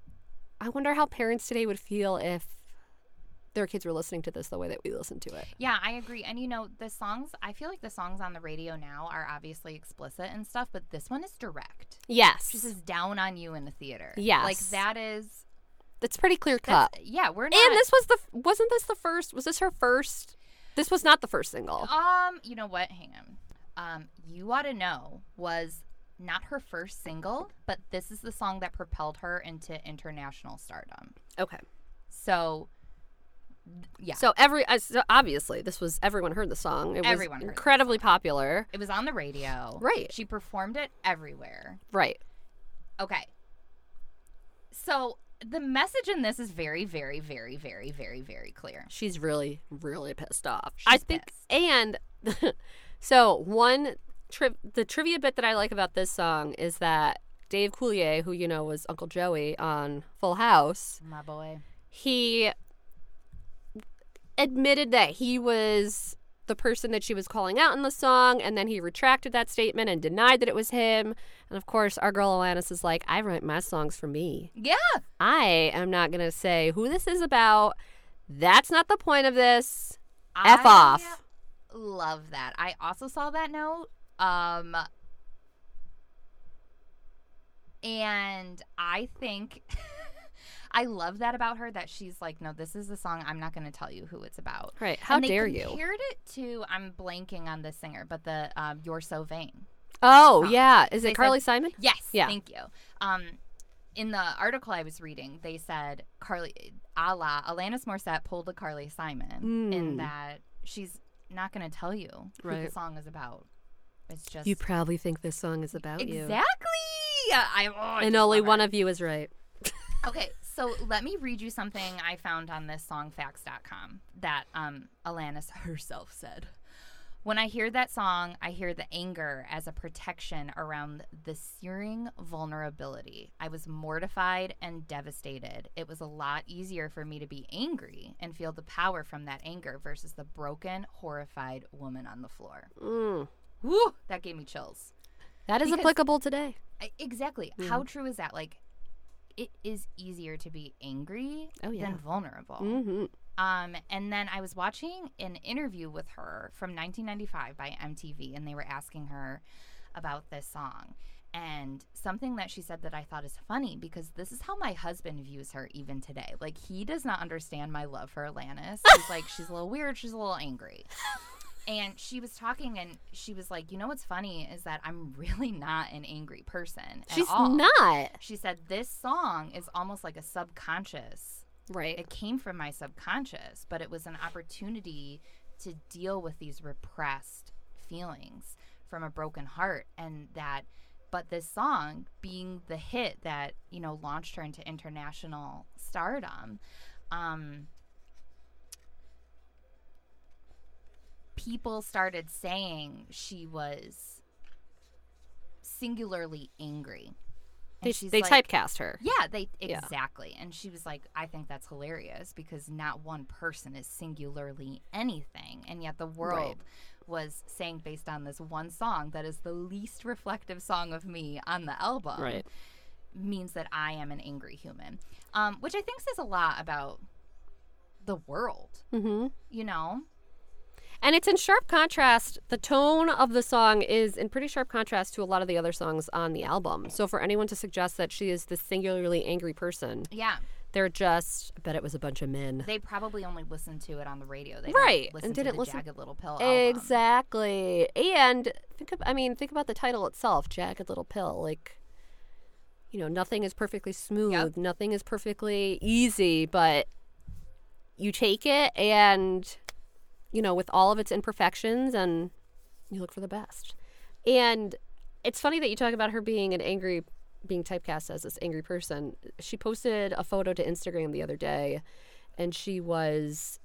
S2: I wonder how parents today would feel if their kids were listening to this the way that we listened to it.
S3: Yeah, I agree. And you know, the songs, I feel like the songs on the radio now are obviously explicit and stuff, but this one is direct. This
S2: Yes.
S3: is down on you in the theater. Like
S2: Yes.
S3: that is.
S2: It's pretty clear
S3: That's,
S2: cut.
S3: yeah, we're not.
S2: And this was the wasn't this the first was this her first this was not the first single.
S3: Um, you know what? Hang on. Um, you ought to know was not her first single, but this is the song that propelled her into international stardom.
S2: Okay.
S3: So, th- yeah,
S2: So every uh, so obviously this was everyone heard the song. It was
S3: Everyone heard the
S2: incredibly popular.
S3: it was on the radio.
S2: Right.
S3: She performed it everywhere.
S2: Right.
S3: Okay. So the message in this is very, very, very, very, very, very clear.
S2: She's really really pissed off. I
S3: She's
S2: think
S3: pissed.
S2: and <laughs> so one tri- the trivia bit that I like about this song is that Dave Coulier, who you know was Uncle Joey on Full House,
S3: My boy.
S2: he admitted that he was the person that she was calling out in the song, and then he retracted that statement and denied that it was him. And of course, our girl Alanis is like, I write my songs for me.
S3: Yeah.
S2: I am not going to say who this is about. That's not the point of this. F
S3: I
S2: off.
S3: Love that. I also saw that note. Um and I think <laughs> I love that about her that she's like, no, this is the song. I'm not going to tell you who it's about.
S2: Right. How
S3: and they
S2: dare you?
S3: compared it to I'm blanking on the singer, but the um, "You're So Vain."
S2: Oh, yeah. Is
S3: They
S2: it
S3: said-
S2: Carly Simon?
S3: Yes.
S2: Yeah.
S3: Thank you. Um, in the article I was reading, they said Carly, a la Alanis Morissette pulled a Carly Simon in
S2: Mm.
S3: that she's not going to tell you who the
S2: Right.
S3: song is about. It's just
S2: You probably think this song is about
S3: exactly.
S2: you.
S3: I, oh, I
S2: And
S3: just
S2: only
S3: love her.
S2: one of you is right.
S3: Okay, so let me read you something I found on this songfacts.com that um, Alanis <laughs> herself said. When I hear that song, I hear the anger as a protection around the searing vulnerability. I was mortified and devastated. It was a lot easier for me to be angry and feel the power from that anger versus the broken, horrified woman on the floor.
S2: Mm.
S3: Woo! That gave me chills.
S2: That is
S3: Because-
S2: applicable today.
S3: I- Exactly.
S2: Hmm.
S3: How true is that? Like, it is easier to be angry
S2: Oh, yeah.
S3: than vulnerable.
S2: Mm-hmm.
S3: Um, and then I was watching an interview with her from 1995 by MTV, and they were asking her about this song. And something that she said that I thought is funny because this is how my husband views her even today. Like, he does not understand my love for
S2: <laughs>
S3: Alanis. He's like, she's a little weird, she's a little angry. And she was talking, and she was like, You know what's funny is that I'm really not an angry person. At
S2: She's
S3: all.
S2: not.
S3: She said, This song is almost like a subconscious
S2: Right.
S3: it came from my subconscious, but it was an opportunity to deal with these repressed feelings from a broken heart and that but this song being the hit that you know launched her into international stardom um people started saying she was singularly angry And
S2: They,
S3: she's
S2: they
S3: like-
S2: typecast her.
S3: yeah, they
S2: Yeah.
S3: exactly. And she was like, I think that's hilarious because not one person is singularly anything. And yet the world was saying based on this one song that is the least reflective song of me on the album
S2: Right.
S3: means that I am an angry human. Um, which I think says a lot about the world,
S2: Mm-hmm.
S3: you know?
S2: And it's in sharp contrast. The tone of the song is in pretty sharp contrast to a lot of the other songs on the album. So for anyone to suggest that she is this singularly angry person,
S3: Yeah.
S2: they're just. I bet it was a bunch of men.
S3: They probably only listened to it on the radio. They
S2: Right,
S3: right.
S2: and
S3: Listen to
S2: didn't
S3: the
S2: listen-
S3: Jagged Little Pill album.
S2: Exactly. And think of, I mean, think about the title itself, Jagged Little Pill. Like, you know, nothing is perfectly smooth,
S3: Yep.
S2: nothing is perfectly easy, but you take it and, you know, with all of its imperfections and you look for the best. And it's funny that you talk about her being an angry, being typecast as this angry person. She posted a photo to Instagram the other day and she was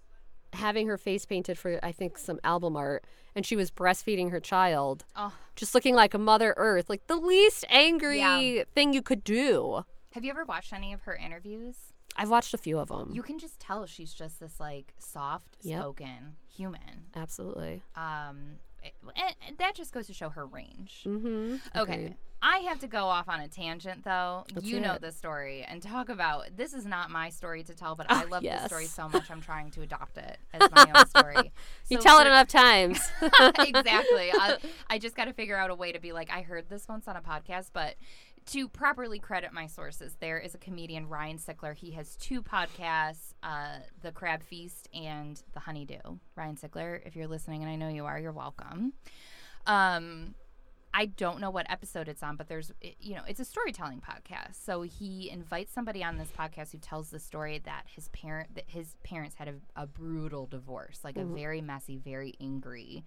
S2: having her face painted for I think some album art and she was breastfeeding her child
S3: Oh,
S2: just looking like a mother earth like the least angry
S3: Yeah.
S2: thing you could do
S3: have you ever watched any of her interviews?
S2: I've watched a few of them
S3: You can just tell she's just this like soft
S2: Yep.
S3: spoken human.
S2: absolutely
S3: Um, it- and and that just goes to show her range.
S2: mm-hmm
S3: Okay. I have to go off on a tangent though.
S2: Let's
S3: you
S2: hear
S3: know
S2: it.
S3: this story and talk about this is not my story to tell, but I
S2: Oh,
S3: love this story
S2: yes.
S3: so much I'm trying to adopt it
S2: <laughs>
S3: as my own story.
S2: you
S3: So
S2: tell it
S3: for- <laughs>
S2: enough times Uh,
S3: exactly. I, I just got to figure out a way to be like, I heard this once on a podcast, but to properly credit my sources, there is a comedian, Ryan Sickler. He has two podcasts, uh, The Crab Feast and The Honeydew. Ryan Sickler, if you're listening, and I know you are, you're welcome. Um, I don't know what episode it's on, but there's, it- you know, it's a storytelling podcast. So he invites somebody on this podcast who tells the story that his parent, that his parents had a, a brutal divorce, like
S2: Mm-hmm.
S3: a very messy, very angry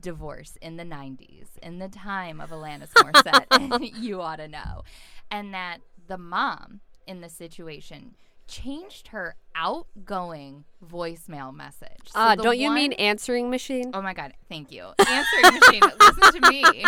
S3: divorce in the 90s, in the time of Alanis Morissette. <laughs>
S2: <laughs>
S3: you ought to know, and that the mom in the situation changed her outgoing voicemail message. So
S2: uh,
S3: the
S2: don't you
S3: one-
S2: mean answering machine
S3: Oh my God, thank you. Answering machine, listen to me.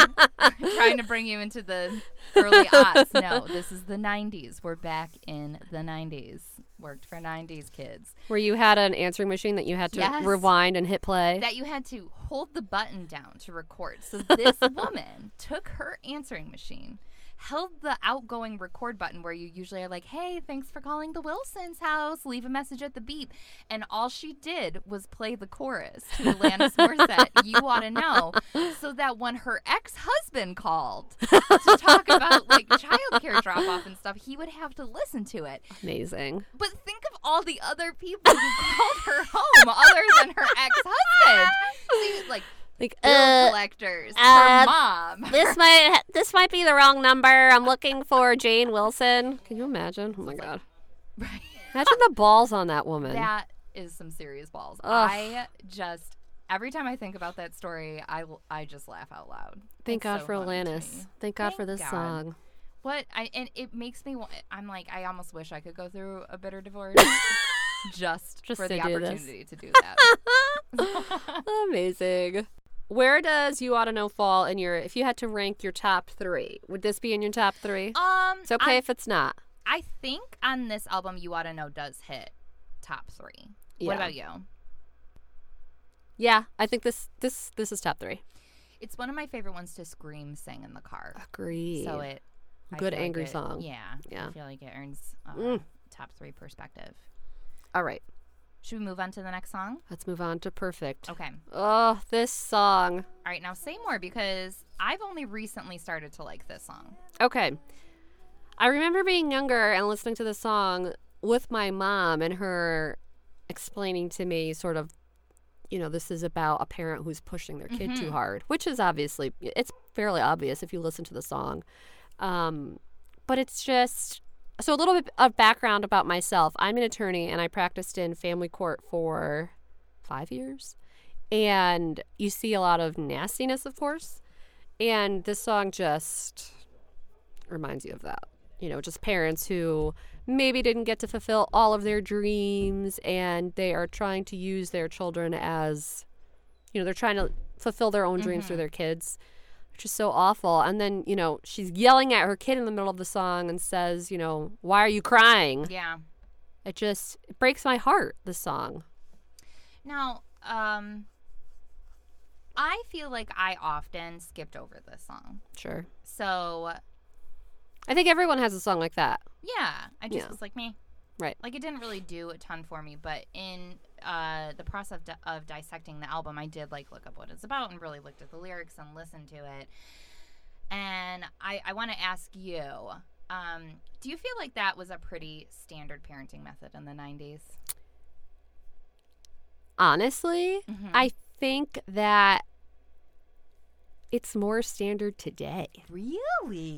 S3: trying to bring you into the early aughts. No, this is the 90s. We're back in the 90s. Worked for 90s kids.
S2: where you had an answering machine that you had to
S3: Yes.
S2: rewind and hit play
S3: That you had to hold the button down to record. So this woman took her answering machine, held the outgoing record button where you usually are like, hey, thanks for calling the Wilson's house. Leave a message at the beep. And all she did was play the chorus to Alanis Morissette, You Wanna Know. So that when her ex husband called to talk about like childcare drop off and stuff, he would have to listen to it.
S2: Amazing.
S3: But think of all the other people who <laughs> called her home other than her ex husband. like
S2: Like,
S3: bill
S2: uh,
S3: <laughs> collectors,
S2: uh,
S3: her mom.
S2: this might ha- this might be the wrong number. I'm looking for Jane Wilson. Can you imagine? Oh my god.
S3: <laughs> Right.
S2: Imagine the balls on that woman.
S3: That is some serious balls.
S2: Ugh.
S3: I just every time I think about that story, I l- I just laugh out loud.
S2: Thank
S3: It's
S2: God
S3: so
S2: for
S3: funny to
S2: Alanis.
S3: me.
S2: Thank God for
S3: Thank God. <laughs>
S2: this song.
S3: What I and it makes me. wa- I'm like I almost wish I could go through a bitter
S2: <laughs>
S3: divorce just,
S2: Just
S3: for the
S2: to do this.
S3: opportunity to do
S2: <laughs>
S3: that.
S2: Amazing. Where does You Oughta Know fall in your, if you had to rank your top three, would this be in your top three?
S3: um,
S2: it's okay
S3: I,
S2: if it's not.
S3: I think on this album, you ought to know does hit top three.
S2: Yeah.
S3: What about you?
S2: Yeah, I think this this this is top three.
S3: It's one of my favorite ones to scream, sing in the car.
S2: Agree.
S3: So it I
S2: Good
S3: feel like
S2: angry
S3: it-
S2: song.
S3: Yeah,
S2: Yeah. Mm.
S3: I feel like it earns uh, top three perspective.
S2: All right,
S3: Should we move on to the next song?
S2: let's move on to perfect.
S3: Okay.
S2: Oh, this song.
S3: All right, now say more because I've only recently started to like this song.
S2: Okay. I remember being younger and listening to the song with my mom and her explaining to me sort of you know this is about a parent who's pushing their kid too hard, which is obviously it's fairly obvious if you listen to the song. Um but it's just so a little bit of background about myself. I'm an attorney and I practiced in family court for 5 years. And you see a lot of nastiness, of course. And this song just reminds you of that. You know, just parents who maybe didn't get to fulfill all of their dreams and they are trying to use their children as, you know, they're trying to fulfill their own dreams through their kids, which is so awful. And then, you know, she's yelling at her kid in the middle of the song and says, you know, why are you crying?
S3: Yeah.
S2: It just it breaks my heart, the song.
S3: Now, um, I feel like I often skipped over this song.
S2: Sure.
S3: So,
S2: I think everyone has a song like that.
S3: yeah, I just
S2: Yeah.
S3: was like, me.
S2: Right.
S3: Like, it didn't really do a ton for me, but in uh, the process of, of dissecting the album, I did like look up what it's about and really looked at the lyrics and listened to it. And I, I want to ask you um, do you feel like that was a pretty standard parenting method in the 90s?
S2: honestly, I think that it's more standard today.
S3: Really?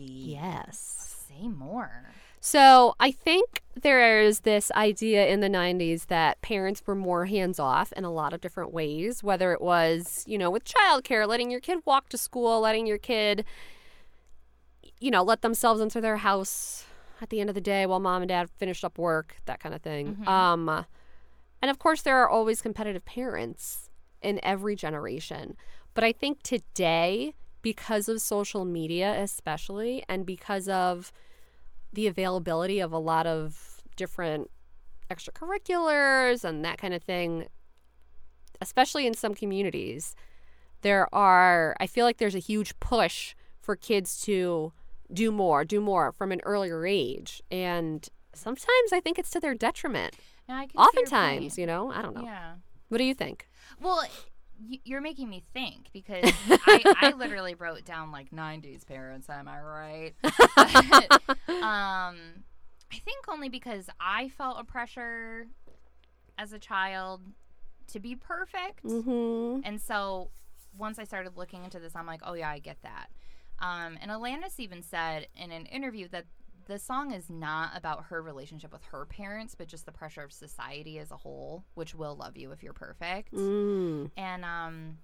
S2: Yes.
S3: Say more.
S2: So I think there is this idea in the 90s that parents were more hands off in a lot of different ways, whether it was, you know, with childcare, letting your kid walk to school, letting your kid, you know, let themselves into their house at the end of the day while mom and dad finished up work, that kind of thing. Um, and of course, there are always competitive parents in every generation. But I think today, because of social media, especially, and because of the availability of a lot of different extracurriculars and that kind of thing, especially in some communities, there are, I feel like there's a huge push for kids to do more, do more from an earlier age. And sometimes I think it's to their detriment.
S3: Now, I can see your
S2: Oftentimes,
S3: point.
S2: you know, I don't know.
S3: Yeah.
S2: What do you think?
S3: Well, y- you're making me think because I, I literally wrote down like 90s parents, am I right? um, I think only because I felt a pressure as a child to be perfect.
S2: Mm-hmm.
S3: And so once I started looking into this, I'm like, oh, yeah, I get that. Um, and Alanis even said in an interview that the song is not about her relationship with her parents, but just the pressure of society as a whole, which will love you if you're perfect.
S2: Mm.
S3: And um,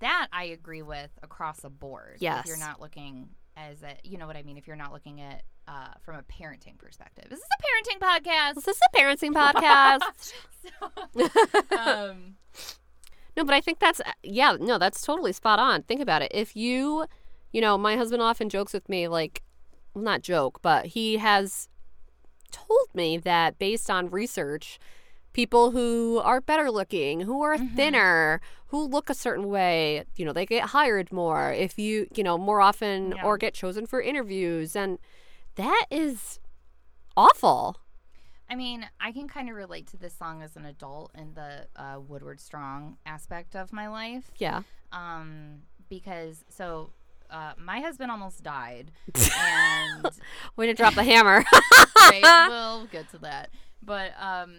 S3: that I agree with across the board. If
S2: Yes.
S3: you're not looking as a, you know what I mean? If you're not looking at uh, from a parenting perspective. Is this a parenting podcast?
S2: This is a parenting
S3: <laughs>
S2: podcast. <laughs>
S3: um,
S2: No, but I think that's uh, yeah, no, that's totally spot on. Think about it. If you, you know, my husband often jokes with me like well, not joke, but he has told me that based on research, people who are better looking, who are thinner, who look a certain way, you know, they get hired more if you, you know, more often
S3: Yeah.
S2: or get chosen for interviews. And that is awful.
S3: I mean, I can kind of relate to this song as an adult in the uh, Woodward Strong aspect of my life.
S2: Yeah.
S3: Um, because so uh, my husband almost
S2: <laughs>
S3: died, and
S2: Way to drop the hammer.
S3: right, we'll get to that. But um,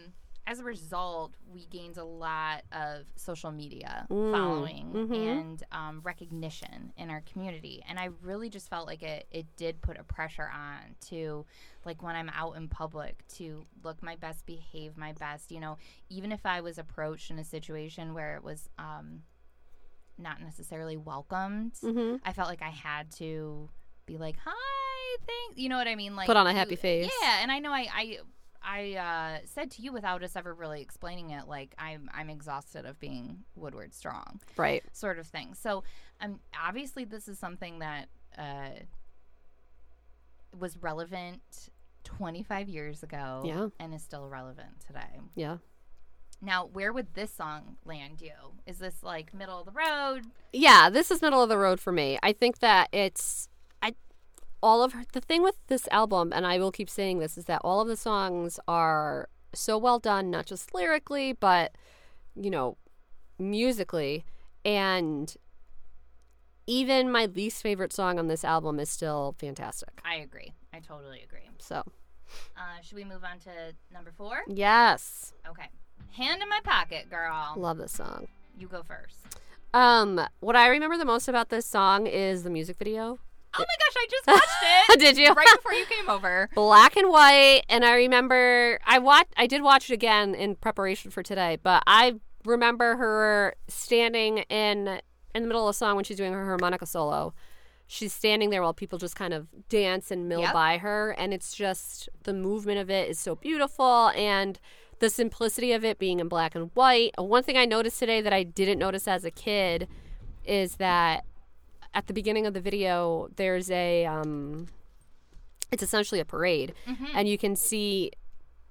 S3: as a result, we gained a lot of social media
S2: Mm,
S3: following
S2: mhm.
S3: and um, recognition in our community, and I really just felt like it it did put a pressure on to, like when I'm out in public, to look my best, behave my best. You know, even if I was approached in a situation where it was um, not necessarily welcomed,
S2: hmm
S3: I felt like I had to be like, "Hi, thanks." You know what I mean? Like
S2: Put on a happy face.
S3: Yeah, and I know I I I uh, said to you without us ever really explaining it, like I'm I'm exhausted of being Woodward Strong,
S2: Right.
S3: sort of thing. So, um, obviously this is something that uh, was relevant 25 years ago,
S2: Yeah.
S3: and is still relevant today.
S2: Yeah.
S3: Now, where would this song land you? Is this like middle of the road?
S2: Yeah, this is middle of the road for me. I think that it's I all of her, the thing with this album and I will keep saying this is that all of the songs are so well done not just lyrically but you know musically and even my least favorite song on this album is still fantastic.
S3: I agree. I totally agree.
S2: So,
S3: Uh, should we move on to number four?
S2: yes,
S3: Okay. Hand in my pocket, girl.
S2: love this song.
S3: You go first.
S2: Um what I remember the most about this song is the music video.
S3: Oh my gosh, I just watched it
S2: <laughs> Did you?
S3: right before you came over.
S2: black and white and i remember i watched i did watch it again in preparation for today but i remember her standing in in the middle of a song when she's doing her harmonica solo she's standing there while people just kind of dance and mill
S3: Yep.
S2: by her and it's just the movement of it is so beautiful and the simplicity of it being in black and white one thing i noticed today that i didn't notice as a kid is that at the beginning of the video there's a um it's essentially a parade
S3: Mm-hmm.
S2: and you can see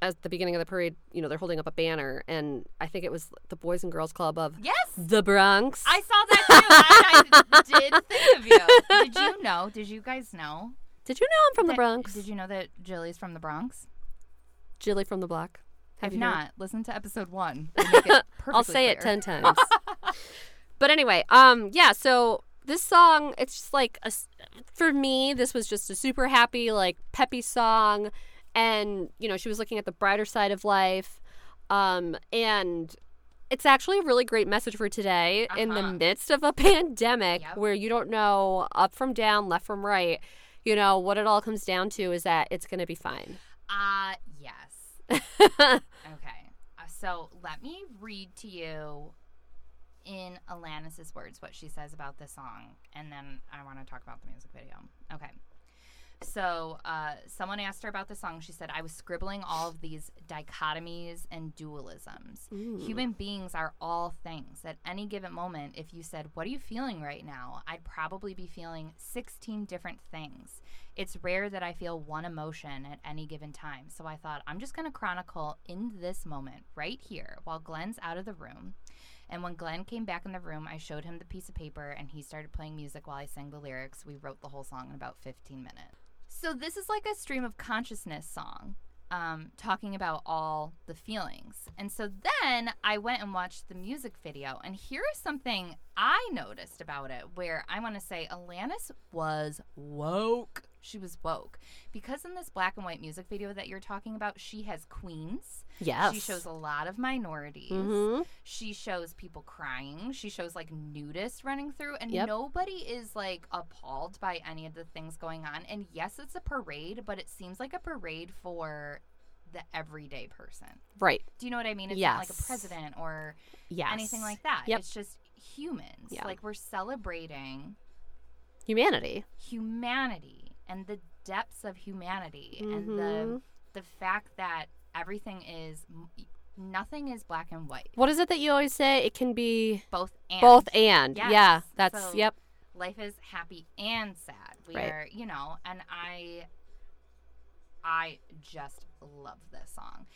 S2: at the beginning of the parade you know they're holding up a banner and i think it was the boys and girls club of
S3: Yes.
S2: the bronx
S3: I saw that too. and I did think of you. Did you know? Did you guys know?
S2: did you know i'm from
S3: that-
S2: the bronx
S3: Did you know that Jilly's from the Bronx?
S2: jilly from the block Have
S3: if
S2: you heard?
S3: not, listen to episode
S2: <laughs>
S3: one. They make it
S2: I'll
S3: perfectly
S2: say it
S3: clear. <laughs>
S2: ten times. but anyway, um, yeah. So this song, it's just like a s for me, this was just a super happy, like peppy song, and you know, she was looking at the brighter side of life, um, and it's actually a really great message for today in the
S3: Uh-huh.
S2: midst of a <laughs> pandemic
S3: Yep.
S2: where you don't know up from down, left from right. You know what it all comes down to is that it's gonna be fine.
S3: Ah, yes.
S2: <laughs>
S3: Okay. Uh, so let me read to you in Alanis' words what she says about this song, and then I want to talk about the music video. Okay. So uh, someone asked her about the song. She said, I was scribbling all of these dichotomies and dualisms. Human beings are all things. At any given moment, if you said, What are you feeling right now? I'd probably be feeling 16 different things. It's rare that I feel one emotion at any given time. So I thought, I'm just going to chronicle in this moment right here while Glenn's out of the room. And when Glenn came back in the room, I showed him the piece of paper and he started playing music while I sang the lyrics. We wrote the whole song in about 15 minutes. So this is like a stream of consciousness song, um, talking about all the feelings. And so then I went and watched the music video, and here is something I noticed about it, where I want to say Alanis was woke. She was woke because in this black and white music video that you're talking about, she has queens.
S2: Yes.
S3: She shows a lot of minorities.
S2: Mhm.
S3: She shows people crying. She shows like nudists running through, and
S2: Yep.
S3: nobody is like appalled by any of the things going on. And yes, it's a parade, but it seems like a parade for the everyday person.
S2: Right.
S3: Do you know what I mean? It's not like
S2: Yes.
S3: a president or
S2: Yes.
S3: anything like that.
S2: Yep.
S3: It's just humans.
S2: Yeah.
S3: Like we're celebrating
S2: Humanity.
S3: humanity and the depths of humanity and the
S2: Mhm.
S3: the fact that everything is nothing is black and white.
S2: What is it that you always say? It can be
S3: Both and
S2: both and.
S3: Yes.
S2: Yeah, that's
S3: So-
S2: yep.
S3: life is happy and sad. We
S2: Right.
S3: are, you know, and I I just love this song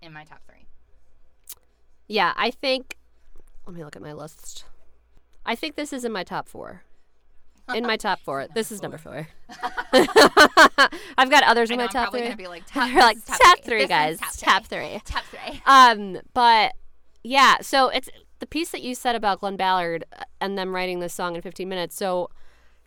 S3: in my top 3.
S2: Yeah, I think. Let me look at my list. I think this is in my top four. In my top
S4: <laughs>
S2: four, this is number four. <laughs> I've got others
S4: I
S2: in
S4: know,
S2: my
S4: I'm
S2: top
S4: probably
S2: three.
S4: gonna be
S2: <laughs>
S4: like top,
S2: They're like
S4: this is
S2: top, three,
S4: This
S2: guys.
S4: is top,
S2: top
S4: three.
S2: three. <laughs>
S4: Top three.
S2: Um, but yeah, so it's the piece that you said about Glenn Ballard uh, and them writing this song in 15 minutes. So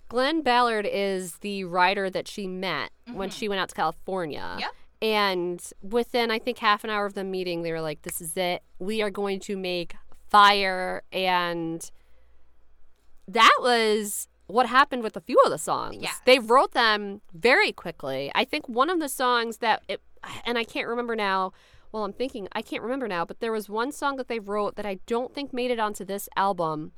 S2: Glenn Ballard is the writer that she met when she went out to California.
S4: Yep.
S2: And within, I think, half an hour of them meeting, they were like, this is it. We are going to make fire. And that was what happened with a few of the songs.
S4: Yes.
S2: They wrote them very quickly. I think one of the songs that it, and I can't remember now. Well, I'm thinking I can't remember now, but there was one song that they wrote that I don't think made it onto this album,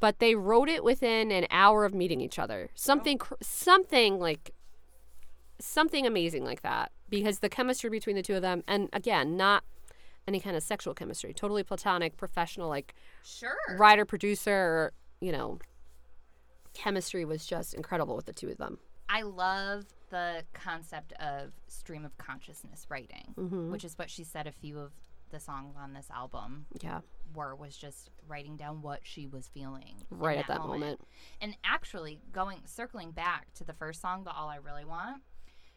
S2: but they wrote it within an hour of meeting each other. Something, cr something like, something amazing like that because the chemistry between the two of them, and again, not any kind of sexual chemistry, totally platonic, professional, like
S4: Sure.
S2: writer producer you know chemistry was just incredible with the two of them
S3: I love the concept of stream of consciousness writing,
S2: Mm-hmm.
S3: which is what she said a few of the songs on this album
S2: yeah
S3: were was just writing down what she was feeling in
S2: right at that moment,
S3: And actually, going circling back to the first song, "The All I Really Want,"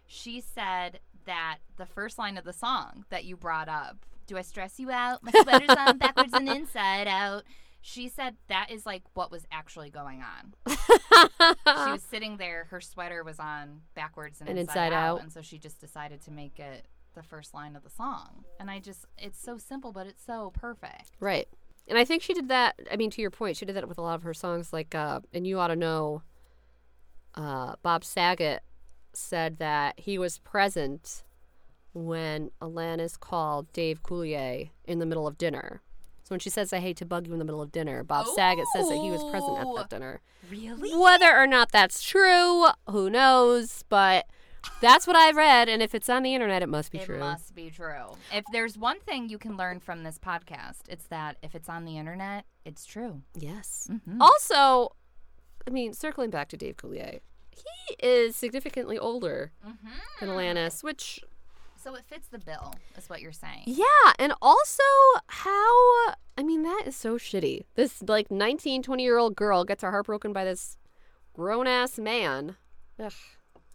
S3: she said that the first line of the song that you brought up, "Do I stress you out? My sweater's on backwards and inside out." She said that is like what was actually going on. she was sitting there, her sweater was on backwards and,
S2: And
S3: inside,
S2: inside
S3: out,
S2: out.
S3: and so she just decided to make it the first line of the song. And I just, it's so simple, but it's so perfect.
S2: right and i think she did that i mean to your point she did that with a lot of her songs like uh and you ought to know uh bob saget said that he was present when alanis called dave coulier in the middle of dinner so when she says i hate to bug you in the middle of dinner bob saget says that he was present at
S3: Oh.
S2: that dinner
S4: Really?
S2: Whether or not that's true, who knows? But that's what I read, and if it's on the internet, it must be
S3: It
S2: true.
S3: must be true. If there's one thing you can learn from this podcast, it's that if it's on the internet, it's true.
S2: Yes. Also, I mean, circling back to Dave Coulier, he is significantly older than Alanis, which
S3: So it fits the bill, is what you're saying.
S2: yeah, and also how I mean that is so shitty. This like 19, 20 year old girl gets her heart broken by this grown ass man. Ugh.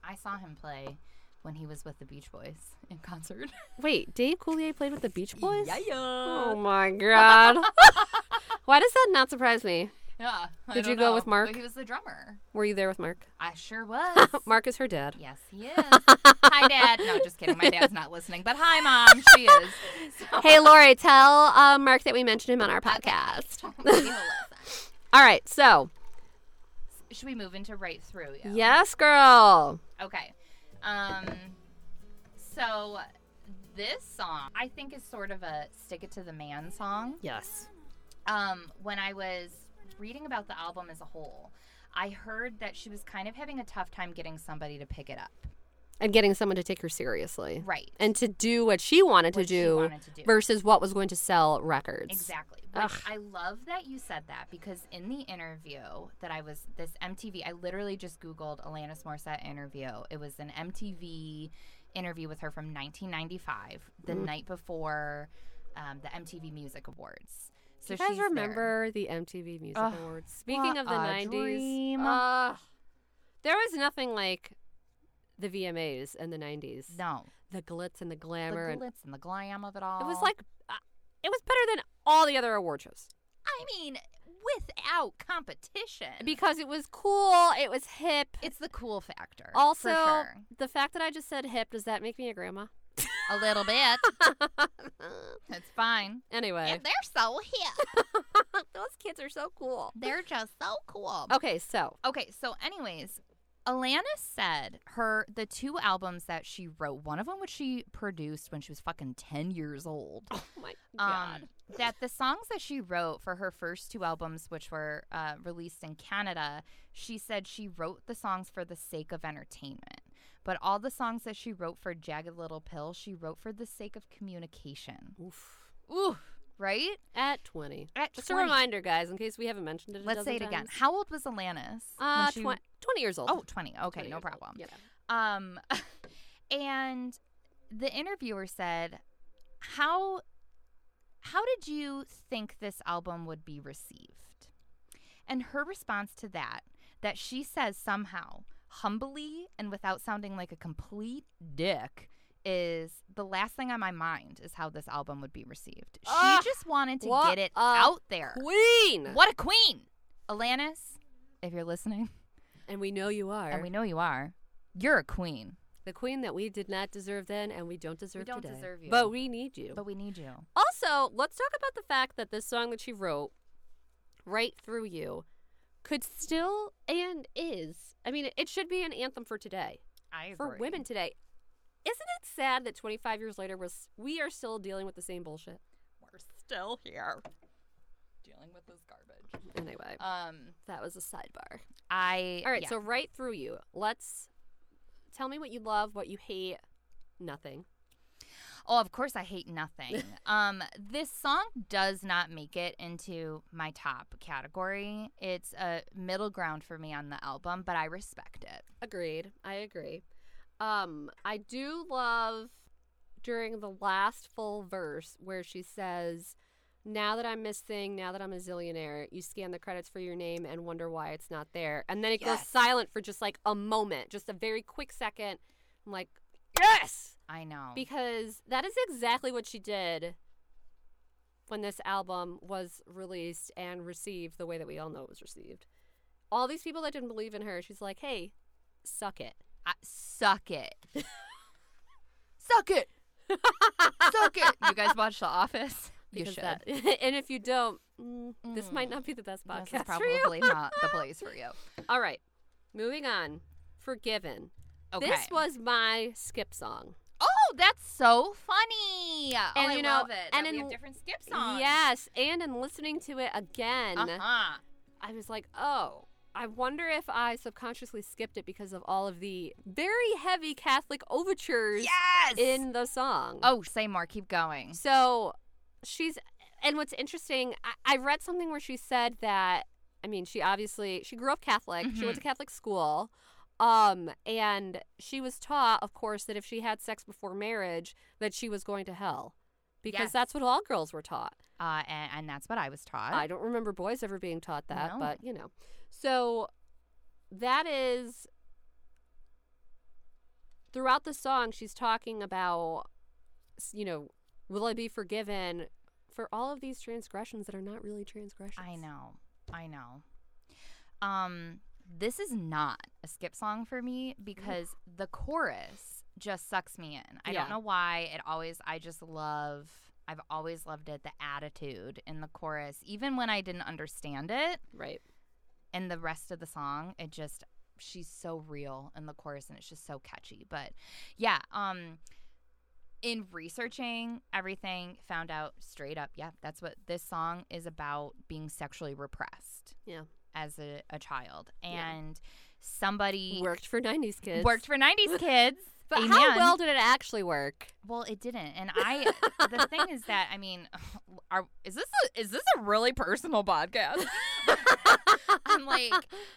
S3: I saw him play when he was with the Beach Boys in concert. <laughs>
S2: Wait, Dave Coulier played with the Beach Boys? Oh my god. <laughs> Why does that not surprise me?
S3: yeah. I
S2: Did you
S3: don't
S2: go
S3: know.
S2: with Mark?
S3: But he was the drummer.
S2: Were you there with Mark?
S3: I
S2: <laughs>
S3: sure was.
S2: Mark is
S3: <laughs>
S2: her dad.
S3: yes, he is. hi, Dad. No, just kidding. My dad's not listening, but hi, Mom. She
S2: <laughs>
S3: is. So,
S2: Hey, Lori, tell uh, Mark that we mentioned him on our podcast.
S3: you know,
S2: All right, so
S3: should we move into right through? Yeah.
S2: yes, girl.
S3: Okay. Um so this song I think is sort of a stick it to the man song.
S2: Yes.
S3: Um when I was reading about the album as a whole, I heard that she was kind of having a tough time getting somebody to pick it up.
S2: And getting someone to take her seriously,
S3: Right.
S2: And to do what she wanted, to,
S3: What she
S2: do
S3: wanted to do.
S2: versus what was going to sell records.
S3: Exactly. Which I love that you said that because in the interview that I was this MTV, I literally just Googled Alanis Morissette interview. It was an MTV interview with her from 1995, the night before um, the MTV Music Awards. So
S2: Do you guys
S3: she's there.
S2: remember the MTV Music
S3: Ugh,
S2: Awards? Speaking
S3: what
S2: of the
S3: a
S2: 90s,
S3: dream.
S2: ugh, there was nothing like the VMAs in the 90s.
S3: No,
S2: The glitz and the
S3: the
S2: glamour. and-
S3: glitz and the glam of it all.
S2: It was like, uh, it was better than all the other award shows
S3: I mean, without competition,
S2: because it was cool, it was hip.
S3: it's the cool factor. for
S2: Also,
S3: sure.
S2: the fact that I just said hip, does that make me a grandma?
S3: <laughs>
S2: <laughs>
S3: a little bit. It's fine.
S2: anyway,
S4: And they're so hip.
S2: those kids are so cool.
S4: They're just so cool.
S2: Okay, so
S3: Okay, so anyways, Alana said her the two albums that she wrote, one of them which she produced when she was fucking 10 years old.
S2: oh my god,
S3: Um, that the songs that she wrote for her first two albums, which were uh, released in Canada, she said she wrote the songs for the sake of entertainment. But all the songs that she wrote for Jagged Little Pill, she wrote for the sake of communication.
S2: Oof.
S3: Oof, right?
S2: at twenty.
S3: At
S2: Just
S3: 20.
S2: a reminder, guys, in case we haven't mentioned it. A
S3: Let's
S2: dozen
S3: say it again.
S2: times.
S3: How old was Alanis? when
S2: Uh,
S3: she-
S2: twen- twenty years old.
S3: Oh, 20. Okay, no
S2: 20 years old.
S3: problem.
S2: Yeah.
S3: Um, <laughs> and the interviewer said, "How how did did you think this album would be received? And her response to that, that she says somehow, humbly and without sounding like a complete dick, is the last thing on my mind is how this album would be received. She
S2: Ah,
S3: just wanted to
S2: what
S3: get it
S2: a
S3: out there.
S2: Queen.
S3: What a queen! Alanis, if you're listening,
S2: And we know you are.
S3: and we know you are, you're a queen.
S2: the queen that we did not deserve then and we don't deserve
S3: don't
S2: today.
S3: deserve you.
S2: But we need you.
S3: But we need you.
S2: Also, let's talk about the fact that this song that she wrote, Right Through You, could still and is. I mean, it should be an anthem for today,
S3: I
S2: for women today. Isn't it sad that 25 years later, we're, s- we are still dealing with the same bullshit?
S3: We're still here dealing with this garbage.
S2: Anyway,
S3: Um,
S2: that was a sidebar.
S3: I
S2: All right,
S3: yeah.
S2: so Right Through You. Let's tell me what you love, what you hate. Nothing.
S3: Oh, of course, I hate
S2: <laughs>
S3: nothing. um, this song does not make it into my top category. It's a middle ground for me on the album, but I respect it.
S2: Agreed. I agree. Um, I do love during the last full verse where she says, "Now that I'm Miss Thing, now that I'm a zillionaire, you scan the credits for your name and wonder why it's not there." And then it goes
S3: Yes.
S2: silent for just like a moment, just a very quick second. I'm like, "Yes!"
S3: I know.
S2: Because that is exactly what she did when this album was released and received the way that we all know it was received. All these people that didn't believe in her, she's like, "Hey, suck it."
S3: I, suck
S2: <laughs>
S3: it. suck it. suck it. You guys watch The Office? You
S2: because
S3: should.
S2: that- <laughs> and if you don't, mm, this might not be the best
S3: This
S2: podcast
S3: is
S2: for you.
S3: probably not the place for you.
S2: <laughs> All right, moving on. Forgiven.
S3: Okay.
S2: This was my skip song.
S3: Oh, that's so funny. Oh, And
S2: And you know- and
S3: that
S2: in-
S3: different skip
S2: Yes, and in listening to it again,
S3: Uh-huh.
S2: I was like, oh. I wonder if I subconsciously skipped it because of all of the very heavy Catholic overtures
S3: Yes.
S2: in the song.
S3: oh, say more. Keep going.
S2: So she's, and what's interesting, I, I read something where she said that, I mean, she obviously, she grew up Catholic. She
S3: Mm-hmm.
S2: went to Catholic school. Um, and she was taught, of course, that if she had sex before marriage, that she was going to hell. Because
S3: Yes.
S2: that's what all girls were taught.
S3: Uh, and, and that's what I was taught.
S2: I don't remember boys ever being taught that,
S3: No.
S2: but you know. So that is throughout the song she's talking about s- you know, will I be forgiven for all of these transgressions that are not really transgressions.
S3: I know. I know. Um, this is not a skip song for me because the chorus just sucks me in. I
S2: Yeah.
S3: don't know why. It always I just love I've always loved it, the attitude in the chorus, even when I didn't understand it
S2: Right.
S3: and the rest of the song, it just she's so real in the chorus and it's just so catchy. But yeah, um in researching everything, found out straight up, yeah, that's what this song is about being sexually repressed
S2: Yeah.
S3: as a, a child.
S2: Yeah.
S3: And somebody
S2: Worked for 90s kids.
S3: worked for
S2: <laughs>
S3: 90s kids.
S2: But how
S3: Amen.
S2: well did it actually work?
S3: Well, it didn't. And
S2: <laughs>
S3: I the thing is that I mean, <sighs> are is this a, is this a really personal
S2: <laughs>
S3: podcast? <laughs> I'm like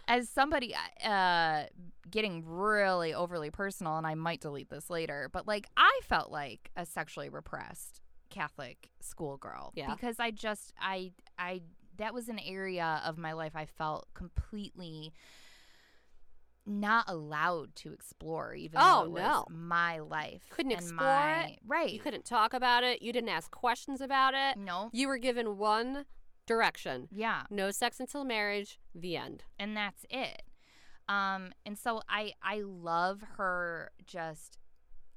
S3: as somebody uh getting really overly personal and I might delete this later, but like I felt like a sexually repressed Catholic schoolgirl
S2: Yeah.
S3: because I just I I that was an area of my life I felt completely not allowed to explore even
S2: Oh,
S3: though it
S2: no.
S3: was my life
S2: Couldn't
S3: and
S2: explore
S3: my-
S2: it.
S3: right
S2: You couldn't talk about it. You didn't ask questions about it.
S3: no
S2: You were given one direction.
S3: yeah
S2: No sex until marriage. The end.
S3: and that's it um and so i i love her just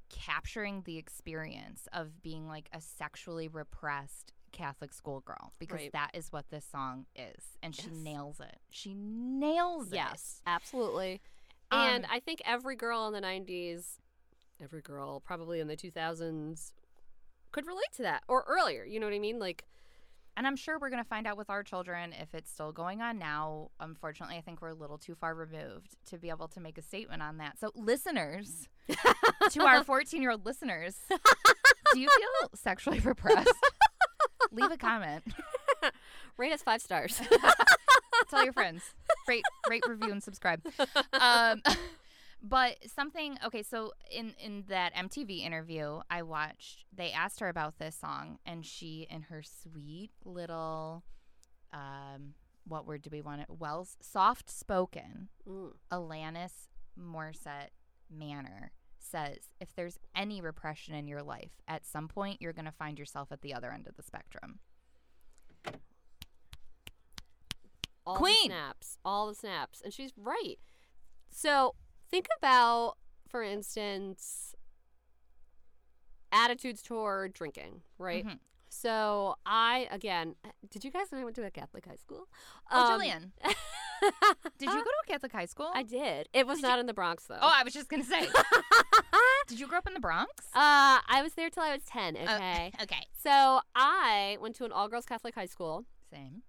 S3: capturing the experience of being like a sexually repressed catholic schoolgirl because
S2: Right.
S3: that is what this song is and she
S2: Yes.
S3: nails it she nails
S2: Yes,
S3: it
S2: absolutely.
S3: Um,
S2: and I think every girl in the 90s, every girl probably in the 2000s could relate to that or earlier. You know what I mean? Like,
S3: and i'm sure we're going to find out with our children if it's still going on now unfortunately i think we're a little too far removed to be able to make a statement on that so listeners to our 14 year old listeners do you feel sexually repressed leave a comment
S2: rate us
S3: <laughs>
S2: five stars. <laughs>
S3: tell your friends rate rate review and subscribe um, <laughs> But something okay, so in in that MTV interview I watched, they asked her about this song, and she, in her sweet little, um, what word do we want it? Well, soft spoken,
S2: Mm.
S3: Alanis Morissette manner says, if there's any repression in your life, at some point you're gonna find yourself at the other end of the spectrum.
S2: all the
S3: Queen.
S2: snaps, all the snaps, and she's right. So think about, for instance, attitudes toward drinking, right?
S3: Mhm.
S2: So I again, did you guys know I went to a Catholic high school?
S3: Oh,
S2: Um,
S3: Julian, did you go to a Catholic high school?
S2: <laughs> I did. It was not in the Bronx though.
S3: oh, I was just gonna
S2: <laughs>
S3: say. did you grow up in the Bronx?
S2: Uh, I was there till I was ten.
S3: Oh,
S2: Uh, Okay.
S3: okay.
S2: So I went to an all girls Catholic high school.
S3: Same.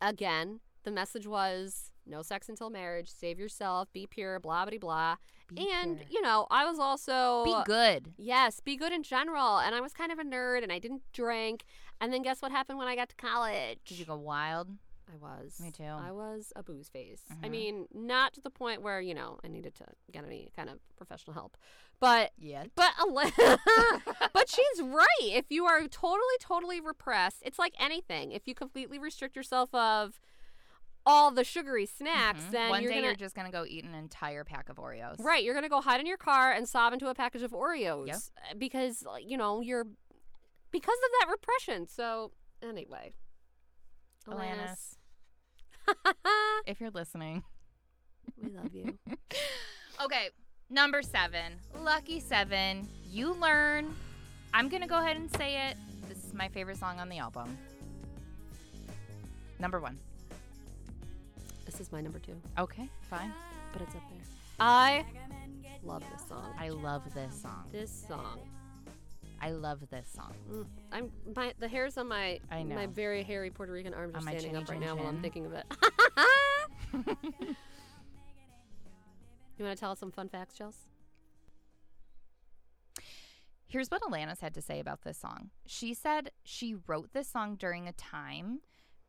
S2: Again, the message was no sex until marriage, save yourself, be pure, blah, blah, blah.
S3: Be
S2: and,
S3: pure.
S2: you know, uh, I was also.
S3: Be good.
S2: Yes, be good in general. And I was kind of a nerd and I didn't drink. And then guess what happened when I got to college?
S3: Did you go wild?
S2: I was.
S3: Me too.
S2: I was a booze face. I
S3: Mhm.
S2: mean, not to the point where, you know, I needed to get any kind of professional help. But
S3: Yeah.
S2: But a li- <laughs> but she's right. If you are totally, totally repressed, it's like anything. If you completely restrict yourself of all the sugary snacks, then
S3: Mm-hmm. One
S2: you're
S3: day
S2: gonna
S3: you're just gonna go eat an entire pack of Oreos.
S2: right. You're gonna go hide in your car and sob into a package of Oreos
S3: Yep.
S2: uh, because like, you know you're because of that repression. So anyway,
S3: Alanis.
S2: Alanis, <laughs>
S3: If you're listening.
S2: we love you.
S3: Okay. Number seven. Lucky seven. You learn. I'm gonna go ahead and say it. This is my favorite song on the album. Number one.
S2: this is my number two,
S3: Okay, fine.
S2: but it's up there. I love this song.
S3: I love this song.
S2: This song.
S3: I love this song.
S2: Mm, I'm my the hairs on my
S3: I know.
S2: my very hairy Puerto Rican arms are
S3: On my
S2: standing
S3: chinny
S2: up right
S3: chin
S2: now while I'm
S3: chin.
S2: thinking
S3: <laughs>
S2: of it. you want to tell us some fun facts, Chels?
S3: Here's what Alanis had to say about this song. She said she wrote this song during a time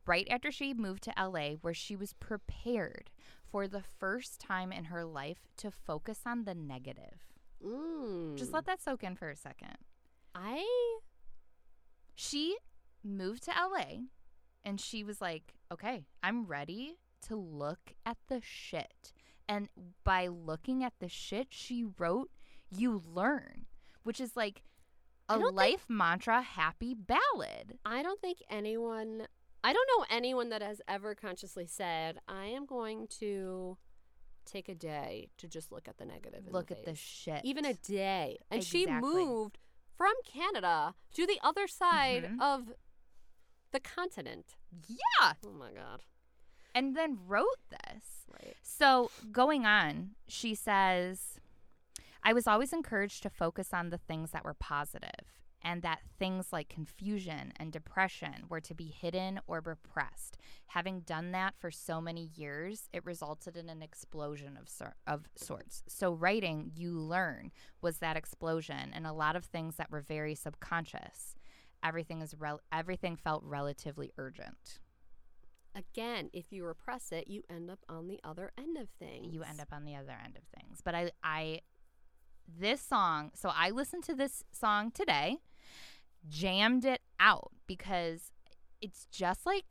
S3: right after she moved to LA where she was prepared for the first time in her life to focus on the negative.
S2: Mm.
S3: Just let that soak in for a second.
S2: I
S3: She moved to LA and she was like, okay, I'm ready to look at the shit. And by looking at the shit, she wrote, You Learn, which is like
S2: I
S3: a
S2: don't think-
S3: life mantra happy ballad.
S2: I don't think anyone I don't know anyone that has ever consciously said I am going to take a day to just look at the negative. in
S3: Look
S2: the
S3: at the
S2: face."
S3: shit.
S2: even a day. And she
S3: Exactly.
S2: moved from Canada to the other side
S3: Mhm.
S2: of the continent.
S3: Yeah.
S2: Oh my god.
S3: And then wrote this.
S2: Right.
S3: So going on, she says, I was always encouraged to focus on the things that were positive and that things like confusion and depression were to be hidden or repressed. Having done that for so many years, it resulted in an explosion of sor- of sorts. So writing you learn was that explosion and a lot of things that were very subconscious. Everything is rel- everything felt relatively urgent.
S2: Again, if you repress it, you end up on the other end of things.
S3: you end up on the other end of things. But I, I, this song, so I listened to this song today, jammed it out because it's just like,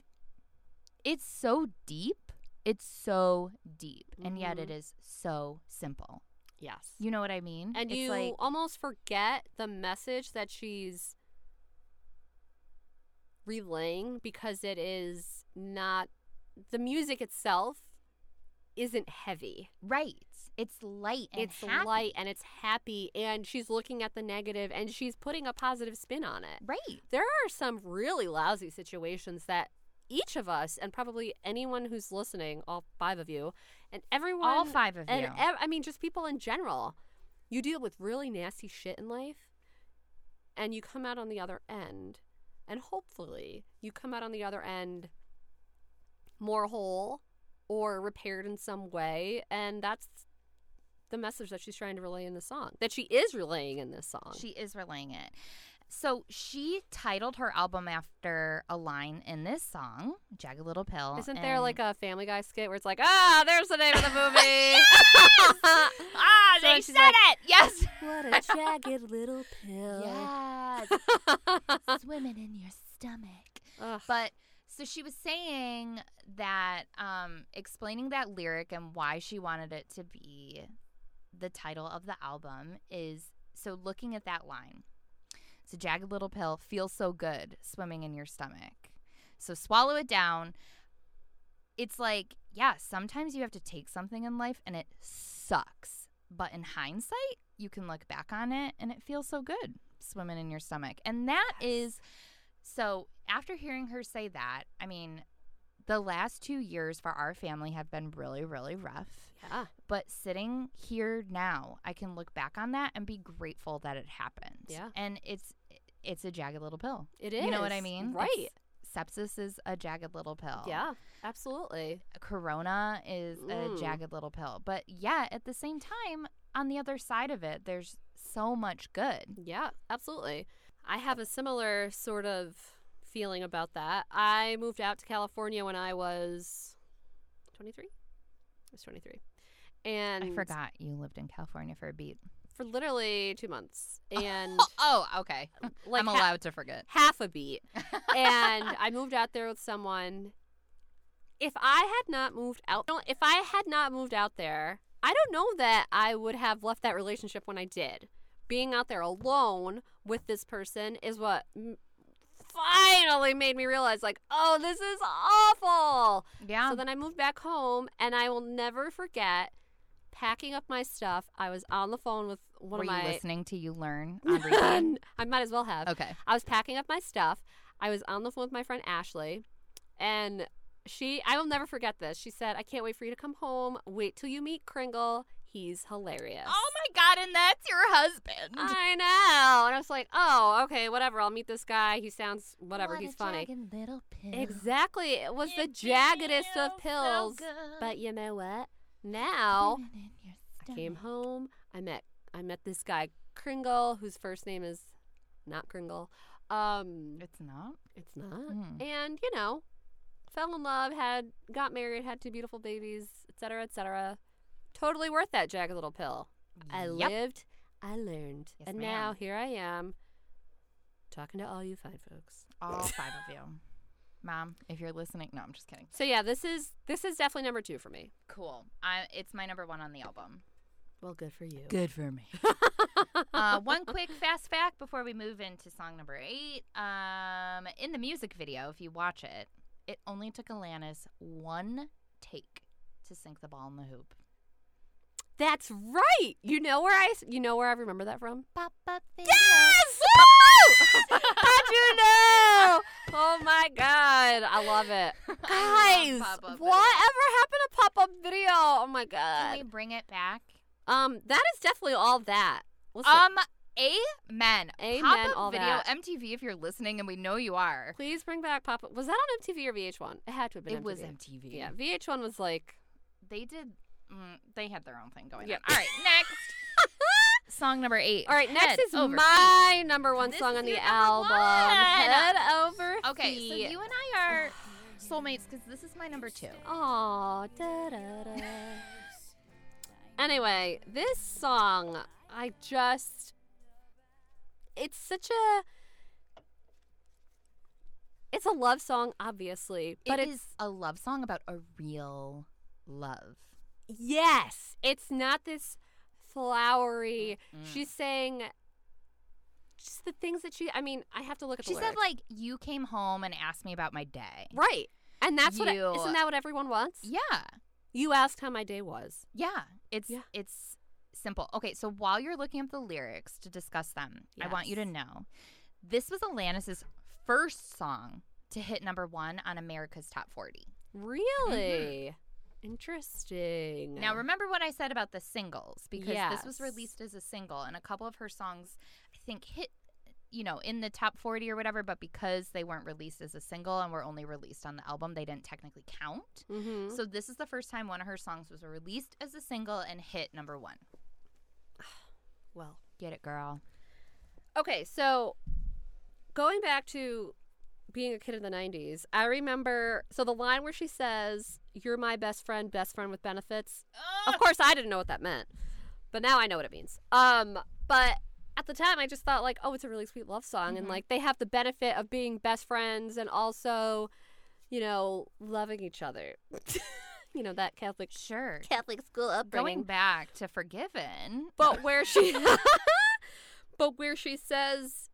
S3: it's so deep. It's so deep. And yet
S2: Mm-hmm.
S3: it is so simple.
S2: Yes.
S3: You know what I mean?
S2: and
S3: it's
S2: you
S3: like,
S2: almost forget the message that she's relaying because it is not the music itself isn't heavy.
S3: right. It's light and
S2: it's
S3: happy.
S2: light and it's happy and she's looking at the negative and she's putting a positive spin on it.
S3: Right.
S2: There are some really lousy situations that each of us and probably anyone who's listening, all five of you, and everyone
S3: All five of
S2: and
S3: you.
S2: ev- I mean just people in general, you deal with really nasty shit in life and you come out on the other end and hopefully you come out on the other end more whole or repaired in some way and that's the message that she's trying to relay in the song that she is relaying in this song
S3: She is relaying it. So she titled her album after a line in this song, Jagged Little Pill.
S2: Isn't there
S3: and-
S2: like a Family Guy skit where it's like, ah, there's the name of the movie?
S3: <laughs> Ah,
S2: So
S3: they
S2: she's
S3: said
S2: like-
S3: it! Yes!
S2: <laughs> what a jagged little pill.
S3: Yes! <laughs>
S2: <laughs>
S3: Swimming in your stomach.
S2: Ugh.
S3: But so she was saying that, um, explaining that lyric and why she wanted it to be the title of the album is so looking at that line. So, Jagged Little Pill feels so good swimming in your stomach. So, swallow it down. It's like, yeah, sometimes you have to take something in life and it sucks. But in hindsight, you can look back on it and it feels so good swimming in your stomach. And that is so after hearing her say that, I mean, the last two years for our family have been really, really rough.
S2: Yeah.
S3: But sitting here now, I can look back on that and be grateful that it happened.
S2: Yeah.
S3: And it's it's a jagged little pill.
S2: It
S3: You know what I
S2: is,
S3: mean?
S2: right.
S3: It's- sepsis is a jagged little pill.
S2: Yeah, absolutely.
S3: Corona is
S2: Mm.
S3: a jagged little pill. But yeah, at the same time, on the other side of it, there's so much good.
S2: Yeah, absolutely. I have a similar sort of feeling about that. I moved out to California when I was 23. I was 23. And
S3: I forgot you lived in California for a beat.
S2: For literally two <laughs> months. And
S3: Oh, okay.
S2: like
S3: I'm
S2: ha-
S3: allowed to forget.
S2: half a beat. and I moved out there with someone. If I had not moved out, no, if I had not moved out there, I don't know that I would have left that relationship when I did. Being out there alone with this person is what m- finally made me realize, like, oh, this is awful.
S3: Yeah.
S2: So then I moved back home, and I will never forget packing up my stuff. I was on the phone with one
S3: Were
S2: of
S3: you
S2: my.
S3: listening to you <laughs> learn on
S2: <laughs>
S3: repeat?
S2: I might as well have.
S3: <laughs> Okay.
S2: I was packing up my stuff. I was on the phone with my friend Ashley, and she, I will never forget this. She said, I can't wait for you to come home. Wait till you meet Kringle. He's hilarious.
S3: Oh my god, and that's your husband.
S2: I know. And I was like, oh, okay, whatever. I'll meet this guy. He sounds, whatever,
S3: What
S2: he's
S3: a
S2: funny.
S3: jagged little pill.
S2: Exactly. It was the
S3: It
S2: jaggedest
S3: feels so
S2: of pills.
S3: good.
S2: but you know what? Now.
S3: Living in your
S2: I
S3: stomach.
S2: came home. I met I met this guy Kringle, whose first name is not Kringle. Um,
S3: It's not.
S2: it's not.
S3: Mm.
S2: And you know, fell in love, had got married, had two beautiful babies, etc., etc. Totally worth that jagged little pill. I
S3: Yep. <laughs>
S2: lived, I learned,
S3: Yes,
S2: and
S3: ma'am.
S2: now here I am, talking to all you fine folks.
S3: All five of you. Mom, if you're listening, no, I'm just kidding.
S2: So yeah, this is this is definitely number two for me.
S3: Cool. I, it's my number one on the album.
S2: Well, good for you.
S3: Good for me. <laughs> uh, <laughs> one quick fast fact before we move into song number eight. Um, in the music video, if you watch it, it only took Alanis one take to sink the ball in the hoop.
S2: That's right. You know where I s- you know where I remember that from.
S3: Papa
S2: Yes!
S3: <laughs>
S2: How'd you know? Oh my god, I love it.
S3: I
S2: Guys,
S3: love pop-up
S2: whatever happened to pop up video? Oh my
S3: Can we
S2: god.
S3: bring it back?
S2: Um, that is definitely all that. Listen,
S3: Um, amen.
S2: Amen,
S3: Pop-up
S2: all
S3: video,
S2: that.
S3: MTV, if you're listening, and we know you are.
S2: please bring back pop up. Was that on MTV or VH1? It had to have been
S3: It
S2: MTV.
S3: was MTV.
S2: Yeah, VH1 was like,
S3: They did. Mm, they had their own thing going
S2: Yeah.
S3: on. All right,
S2: <laughs>
S3: next song number eight.
S2: all right, next
S3: Head
S2: is
S3: over
S2: my number one
S3: This
S2: song
S3: is
S2: on the
S3: your
S2: album.
S3: number one.
S2: Head over.
S3: feet. Okay, so
S2: feet.
S3: you and I are soulmates because this is my number two.
S2: Aw, da da da. anyway, this song, I just. It's such a. It's a love song, obviously, but
S3: it
S2: it's.
S3: is a love song about a real love.
S2: Yes! It's not this flowery.
S3: Mm-hmm. Mm.
S2: She's saying. Just the things that she. I mean, I have to look at
S3: She
S2: the
S3: said,
S2: lyrics.
S3: like, you came home and asked me about my day.
S2: Right. And that's what.
S3: You-
S2: is isn't that what everyone wants?
S3: Yeah,
S2: You asked how my day was.
S3: yeah. It's
S2: Yeah.
S3: it's simple. Okay, so while you're looking up the lyrics to discuss them, I want you to
S2: Yes.
S3: know this was Alanis's first song to hit number one on America's Top 40.
S2: Really? Interesting.
S3: Mm-hmm. Now remember what I said about the singles because this
S2: Yes.
S3: was released as a single and a couple of her songs I think hit you know in the top 40 or whatever but because they weren't released as a single and were only released on the album they didn't technically count.
S2: hmm
S3: So this is the first time one of her songs was released as a single and hit number 1.
S2: Well,
S3: Get it girl.
S2: okay, so going back to being a kid in the 90s, I remember so the line where she says, You're my best friend, best friend with benefits.
S3: Ah.
S2: Of course, I didn't know what that meant, but now I know what it means. Um, but at the time, I just thought, like, oh, it's a really sweet love song. And, like, they have the benefit of being best friends and also, you know, loving each other. <laughs> you know, that Catholic.
S3: Sure.
S4: Catholic school
S3: Going
S4: upbringing.
S3: back to Forgiven. <laughs>
S2: But where she. <laughs> but where she says.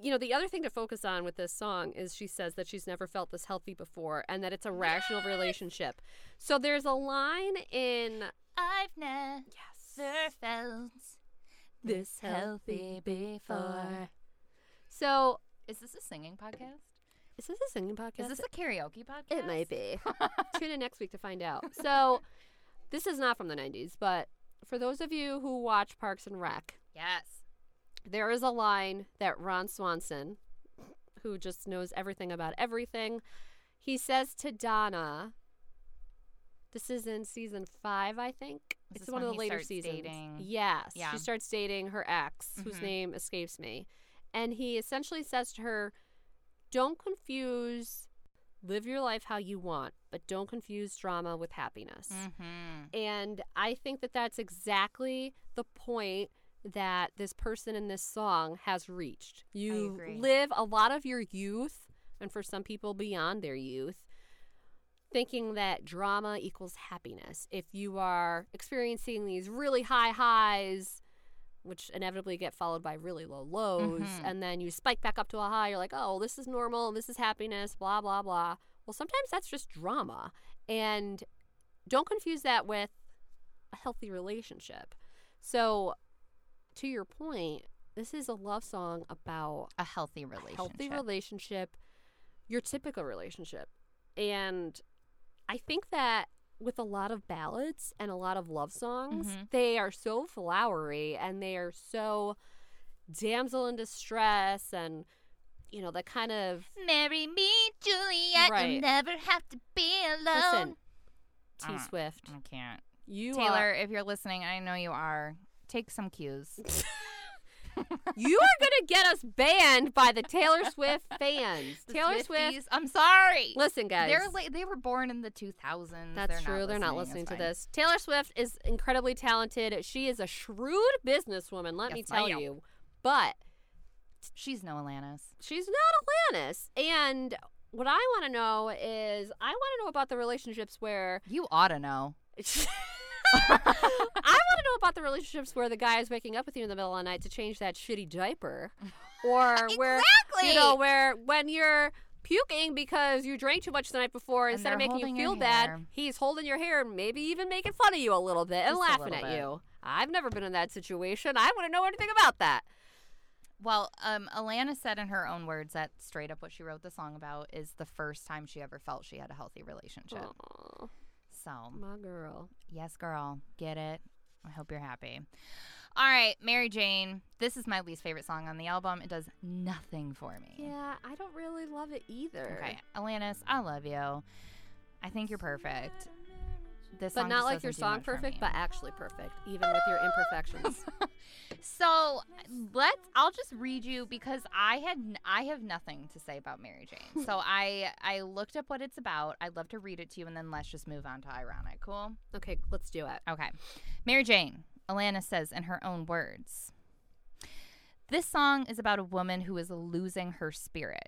S2: You know, the other thing to focus on with this song is she says that she's never felt this healthy before and that it's a rational relationship. So there's a line in
S4: I've never felt
S2: this
S4: healthy
S2: before. So
S3: Is this a singing podcast?
S2: is this a singing podcast?
S3: Is this a karaoke podcast?
S2: it might be. <laughs> Tune in next week to find out. So this is not from the '90s, but for those of you who watch Parks and Rec,
S3: Yes.
S2: there is a line that Ron Swanson, who just knows everything about everything, he says to Donna. This is in season five, I think.
S3: Is
S2: it's
S3: this
S2: one
S3: when
S2: of the
S3: he
S2: later
S3: starts
S2: seasons.
S3: dating?
S2: Yes,
S3: Yeah.
S2: she starts dating her ex, whose
S3: Mhm.
S2: name escapes me, and he essentially says to her, "Don't confuse." Live your life how you want, but don't confuse drama with happiness.
S3: Mm-hmm.
S2: And I think that that's exactly the point that this person in this song has reached. You
S3: agree.
S2: live a lot of your youth, and for some people, beyond their youth, thinking that drama equals happiness. If you are experiencing these really high highs, which inevitably get followed by really low lows,
S3: Mhm.
S2: and then you spike back up to a high, you're like, oh, this is normal, this is happiness, blah, blah, blah. Well, sometimes that's just drama. And don't confuse that with a healthy relationship. So, to your point, this is a love song about
S3: A healthy
S2: a
S3: relationship.
S2: healthy relationship, your typical relationship. And I think that with a lot of ballads and a lot of love songs,
S3: Mhm.
S2: they are so flowery and they are so damsel in distress and, you know, that kind of.
S4: Marry me, Juliet.
S2: Right.
S4: You'll never have to be alone.
S2: Listen, T
S3: Uh,
S2: Swift,
S3: I can't.
S2: you
S3: Taylor,
S2: are
S3: if you're listening, I know you are. Take some cues.
S2: <laughs> you are gonna get us banned by
S3: <laughs>
S2: the Taylor Swift fans.
S3: The
S2: Taylor Swift,
S3: Swifties, I'm sorry.
S2: listen, guys,
S3: They're la- they were born in the 2000s.
S2: That's
S3: They're
S2: true.
S3: Not
S2: They're not
S3: listening,
S2: listening
S3: It's
S2: to
S3: fine.
S2: this. Taylor Swift is incredibly talented. She is a shrewd businesswoman, let me
S3: Yes, I
S2: tell
S3: am.
S2: you. But
S3: She's no Alanis.
S2: she's not Atlantis. And what I want to know is I want to know about the relationships where <laughs>
S3: You ought to know.
S2: I want to know about the relationships where the guy is waking up with you in the middle of the night to change that shitty diaper,
S3: <laughs>
S2: or where you know where when you're puking because you drank too much the night before,
S3: And
S2: instead of
S3: they're
S2: making you
S3: holding your
S2: feel bad,
S3: hair.
S2: he's holding your hair and maybe even making fun of you a little bit and
S3: Just a
S2: laughing at
S3: little bit.
S2: you. I've never been in that situation. I wouldn't know anything about that.
S3: Well, um, Alana said in her own words that straight up what she wrote the song about is the first time she ever felt she had a healthy relationship.
S2: Aw,
S3: So,
S2: my girl.
S3: yes, girl, get it. I hope you're happy. All right, Mary Jane. This is my least favorite song on the album. It does nothing for me.
S2: Yeah, I don't really love it either.
S3: Okay, Alanis, I love you. I think you're perfect. This
S2: But
S3: song
S2: not
S3: just
S2: like your
S3: doesn't do
S2: song
S3: much for
S2: perfect,
S3: me.
S2: but actually perfect, even with your
S3: <laughs>
S2: imperfections.
S3: So let's. I'll just read you because I had. n- I have nothing to say about Mary
S2: <laughs>
S3: Jane. So I. I looked up what it's about. I'd love to read it to you, and then let's just move on to ironic. Cool.
S2: okay, let's do it.
S3: Okay. Mary Jane. Alana says in her own words. This song is about a woman who is losing her spirit.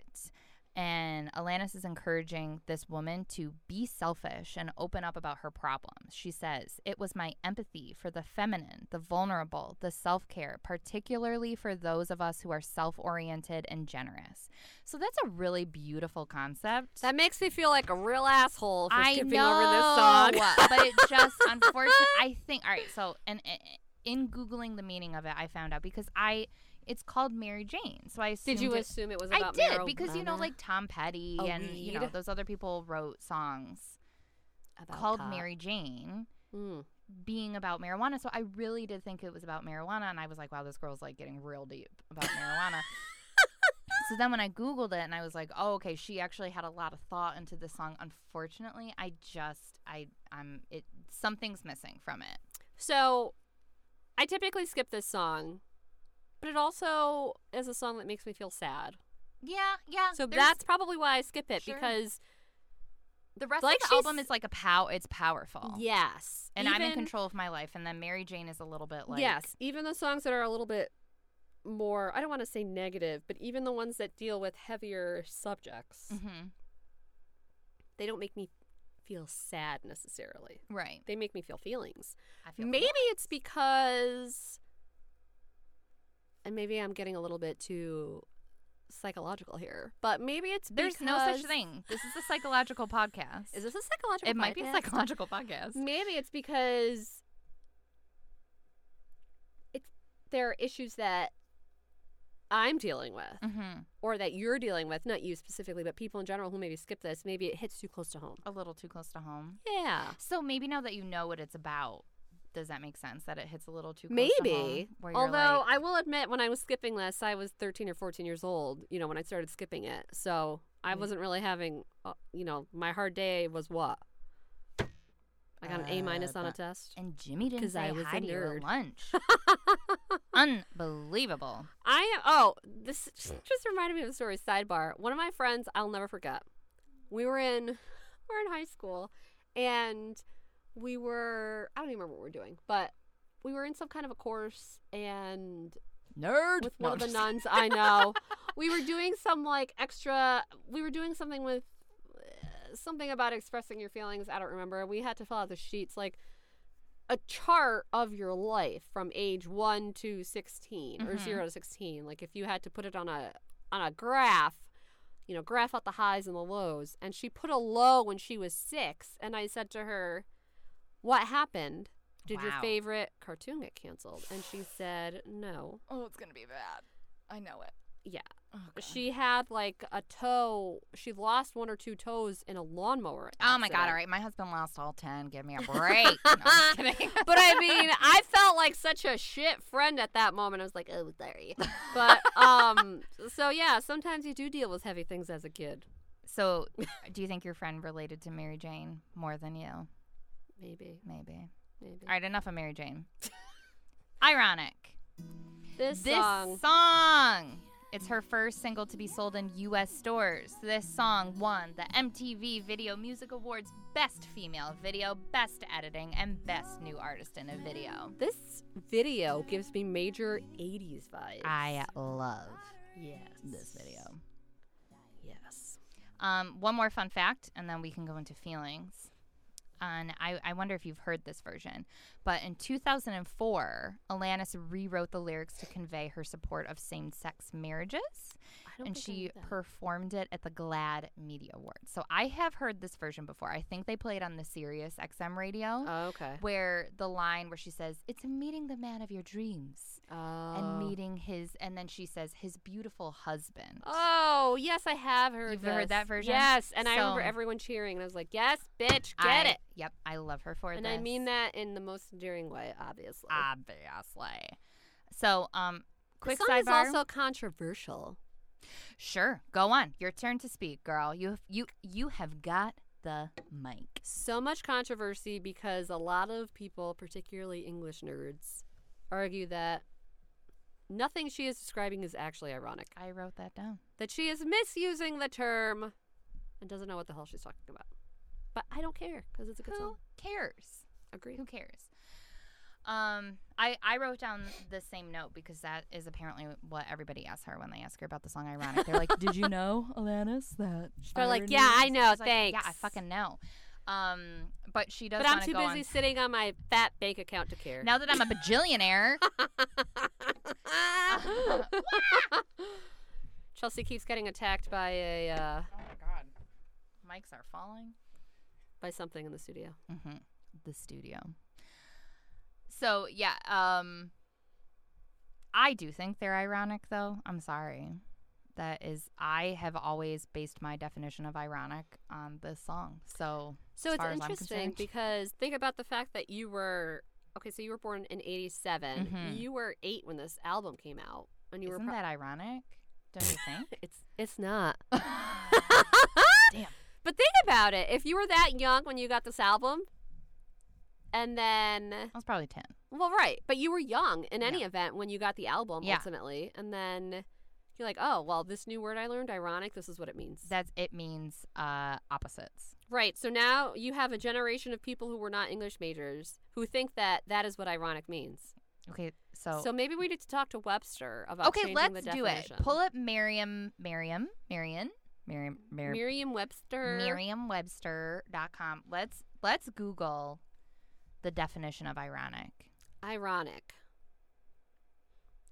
S3: And Alanis is encouraging this woman to be selfish and open up about her problems. She says, It was my empathy for the feminine, the vulnerable, the self care, particularly for those of us who are self oriented and generous. So that's a really beautiful concept.
S2: That makes me feel like a real asshole for
S3: I
S2: skipping
S3: know,
S2: over this song.
S3: but it just unfortunately, I think. All right, so and uh, in googling the meaning of it, I found out because I it's called Mary Jane. So I assumed
S2: <laughs> Did you
S3: it-
S2: assume it was
S3: I
S2: about
S3: did because you know
S2: marijuana?
S3: like Tom Petty
S2: A
S3: and you know
S2: weed?
S3: those other people wrote songs
S2: About
S3: called
S2: pot.
S3: Mary Jane
S2: Mm.
S3: being about marijuana. So I really did think it was about marijuana, and I was like, wow, this girl's like getting real deep about <laughs> marijuana. so then when I Googled it, and I was like, oh, okay, she actually had a lot of thought into this song. Unfortunately, I just, I, I'm, it, something's missing from it.
S2: So, I typically skip this song, but it also is a song that makes me feel sad.
S4: Yeah, yeah.
S2: So
S4: Uh, there's-
S2: that's probably why I skip it
S4: Sure.
S2: because
S3: The rest
S2: Like
S3: of the
S2: she's-
S3: album is like a pow. It's powerful.
S2: yes,
S3: And I'm in
S2: even-
S3: control of my life, and then Mary Jane is a little bit like
S2: yes, even the songs that are a little bit more I don't want to say negative, but even the ones that deal with heavier subjects,
S4: Mm-hmm.
S3: Mhm.
S2: they don't make me feel sad necessarily.
S3: Right.
S2: They make me feel feelings.
S3: I feel
S2: maybe it's because and maybe I'm getting a little bit too psychological here, but maybe it's
S3: there's no such
S2: because-
S3: thing. This is a psychological podcast.
S2: Is this a psychological?
S3: it might be a
S2: podcast?
S3: psychological podcast.
S2: Maybe it's because it's there are issues that I'm dealing with
S3: Mm-hmm.
S2: or that you're dealing with, not you specifically, but people in general who maybe skip this, maybe it hits too close to home.
S3: A little too close to home.
S2: Yeah.
S3: So maybe now that you know what it's about, does that make sense that it hits a little too close to home,
S2: Maybe.
S3: where you're
S2: Although
S3: like,
S2: I will admit, when I was skipping this, I was 13 or 14 years old, you know, when I started skipping it. So I
S3: Mm.
S2: wasn't really having, uh, you know, my hard day was what? I got an A
S3: Uh,
S2: minus on a
S3: but-
S2: test.
S3: and Jimmy didn't
S2: 'Cause
S3: say
S2: I was a
S3: hi to you at
S2: nerd. <laughs>
S3: lunch. Unbelievable.
S2: I oh, this just reminded me of a story. Sidebar: One of my friends, I'll never forget. We were in <laughs> we're in high school, and we were I don't even remember what we were doing, but we were in some kind of a course, and
S3: Nerd.
S2: with
S3: No,
S2: one of the
S3: just-
S2: nuns I know,
S3: <laughs>
S2: we were doing some like extra. We were doing something with uh, something about expressing your feelings. I don't remember. We had to fill out the sheets like. A chart of your life from age one to 16 or
S3: Mhm.
S2: zero to sixteen. Like if you had to put it on a on a graph, you know, graph out the highs and the lows. And she put a low when she was six. And I said to her, What happened? Did your
S3: Wow.
S2: favorite cartoon get canceled? And she said, No.
S3: Oh, it's gonna be bad. I know it.
S2: Yeah.
S3: Oh, God.
S2: She had like a toe. She lost one or two toes in a lawnmower.
S3: Oh my god!
S2: accident.
S3: All right, my husband lost all ten. Give me a break. No, I'm just
S2: <laughs>
S3: kidding. <laughs>
S2: But I mean, I felt like such a shit friend at that moment. I was like, "Oh, sorry."
S3: <laughs>
S2: But um, so yeah, sometimes you do deal with heavy things as a kid.
S3: So, do you think your friend related to Mary Jane more than you?
S2: Maybe,
S3: Maybe.
S2: maybe.
S3: All right, enough of Mary
S2: <laughs>
S3: Jane. Ironic.
S2: This,
S3: This
S2: song,
S3: song. It's her first single to be sold in U.S. stores. This song won the MTV Video Music Awards Best Female Video, Best Editing, and Best New Artist in a Video.
S2: this video gives me major '80s vibes.
S3: I love
S2: yes,
S3: this video.
S2: Yes.
S3: Um, one more fun fact, and then we can go into feelings. And I, I wonder if you've heard this version, but in 2004, Alanis rewrote the lyrics to convey her support of same sex marriages,
S2: I don't
S3: and
S2: think I
S3: she
S2: knew that.
S3: performed it at the GLAAD Media Awards. So I have heard this version before. I think they played on the Sirius XM radio,
S2: Oh, okay.
S3: where the line where she says, It's meeting the man of your dreams and
S2: Oh.
S3: meeting his, and then she says, his beautiful husband.
S2: Oh yes, I have heard.
S3: You've heard
S2: this.
S3: that version?
S2: Yes, and I remember
S3: So-
S2: everyone cheering, and I was like, "Yes, bitch, get
S3: I-
S2: it!"
S3: Yep, I love her for
S2: And
S3: this.
S2: I mean that in the most endearing way, obviously.
S3: Obviously. So, um, quick
S2: the song is
S3: sidebar.
S2: also controversial.
S3: sure, go on. Your turn to speak, girl. You you you have got the mic.
S2: So much controversy because a lot of people, particularly English nerds, argue that nothing she is describing is actually ironic.
S3: I wrote that down.
S2: That she is misusing the term and doesn't know what the hell she's talking about. But I don't care because it's a good
S3: Who
S2: song.
S3: cares?
S2: Agree.
S3: Who cares? Um, I I wrote down the same note because that is apparently what everybody asks her when they ask her about the song Ironic. They're like,
S2: <laughs>
S3: "Did you know, Alanis, that?"
S2: They're like,
S3: irony
S2: "Yeah, I
S3: is-"
S2: know,
S3: She's like, yeah, I
S2: thanks."
S3: fucking know. Um, but she does.
S2: But I'm
S3: wanna
S2: too
S3: go on-
S2: busy sitting on my fat bank account to care.
S3: Now that I'm a <laughs> bajillionaire,
S2: <laughs> Chelsea keeps getting attacked by a uh,
S3: Oh my god. Mics are falling.
S2: by something in the studio.
S3: Mm-hmm. The studio. So yeah, um I do think they're ironic though. I'm sorry. That is I have always based my definition of ironic on this song. So
S2: So
S3: as
S2: it's
S3: far as I'm
S2: interesting
S3: concerned-
S2: because think about the fact that you were okay. So you were born in '87.
S3: Mhm.
S2: You were eight when this album came out, and you
S3: isn't
S2: were. pro-
S3: that ironic? Don't you
S2: <laughs>
S3: think?
S2: it's it's not.
S3: <laughs> Damn.
S2: But think about it. If you were that young when you got this album, and then
S3: I was probably ten.
S2: well, right, but you were young in any
S3: Yeah.
S2: event when you got the album
S3: Yeah.
S2: ultimately, and then You're like, oh, well, this new word I learned, ironic, this is what it means.
S3: That's it means uh, opposites.
S2: right. So now you have a generation of people who were not English majors who think that that is what ironic means.
S3: Okay, so,
S2: So maybe we need to talk to Webster about
S3: Oh. okay,
S2: changing the
S3: let's do it.
S2: definition.
S3: Pull up Merriam, Merriam, Merriam, Merriam, Merriam,
S2: Merriam-Webster.
S3: Merriam-Webster.com. Let's let's Google the definition of ironic.
S2: Ironic.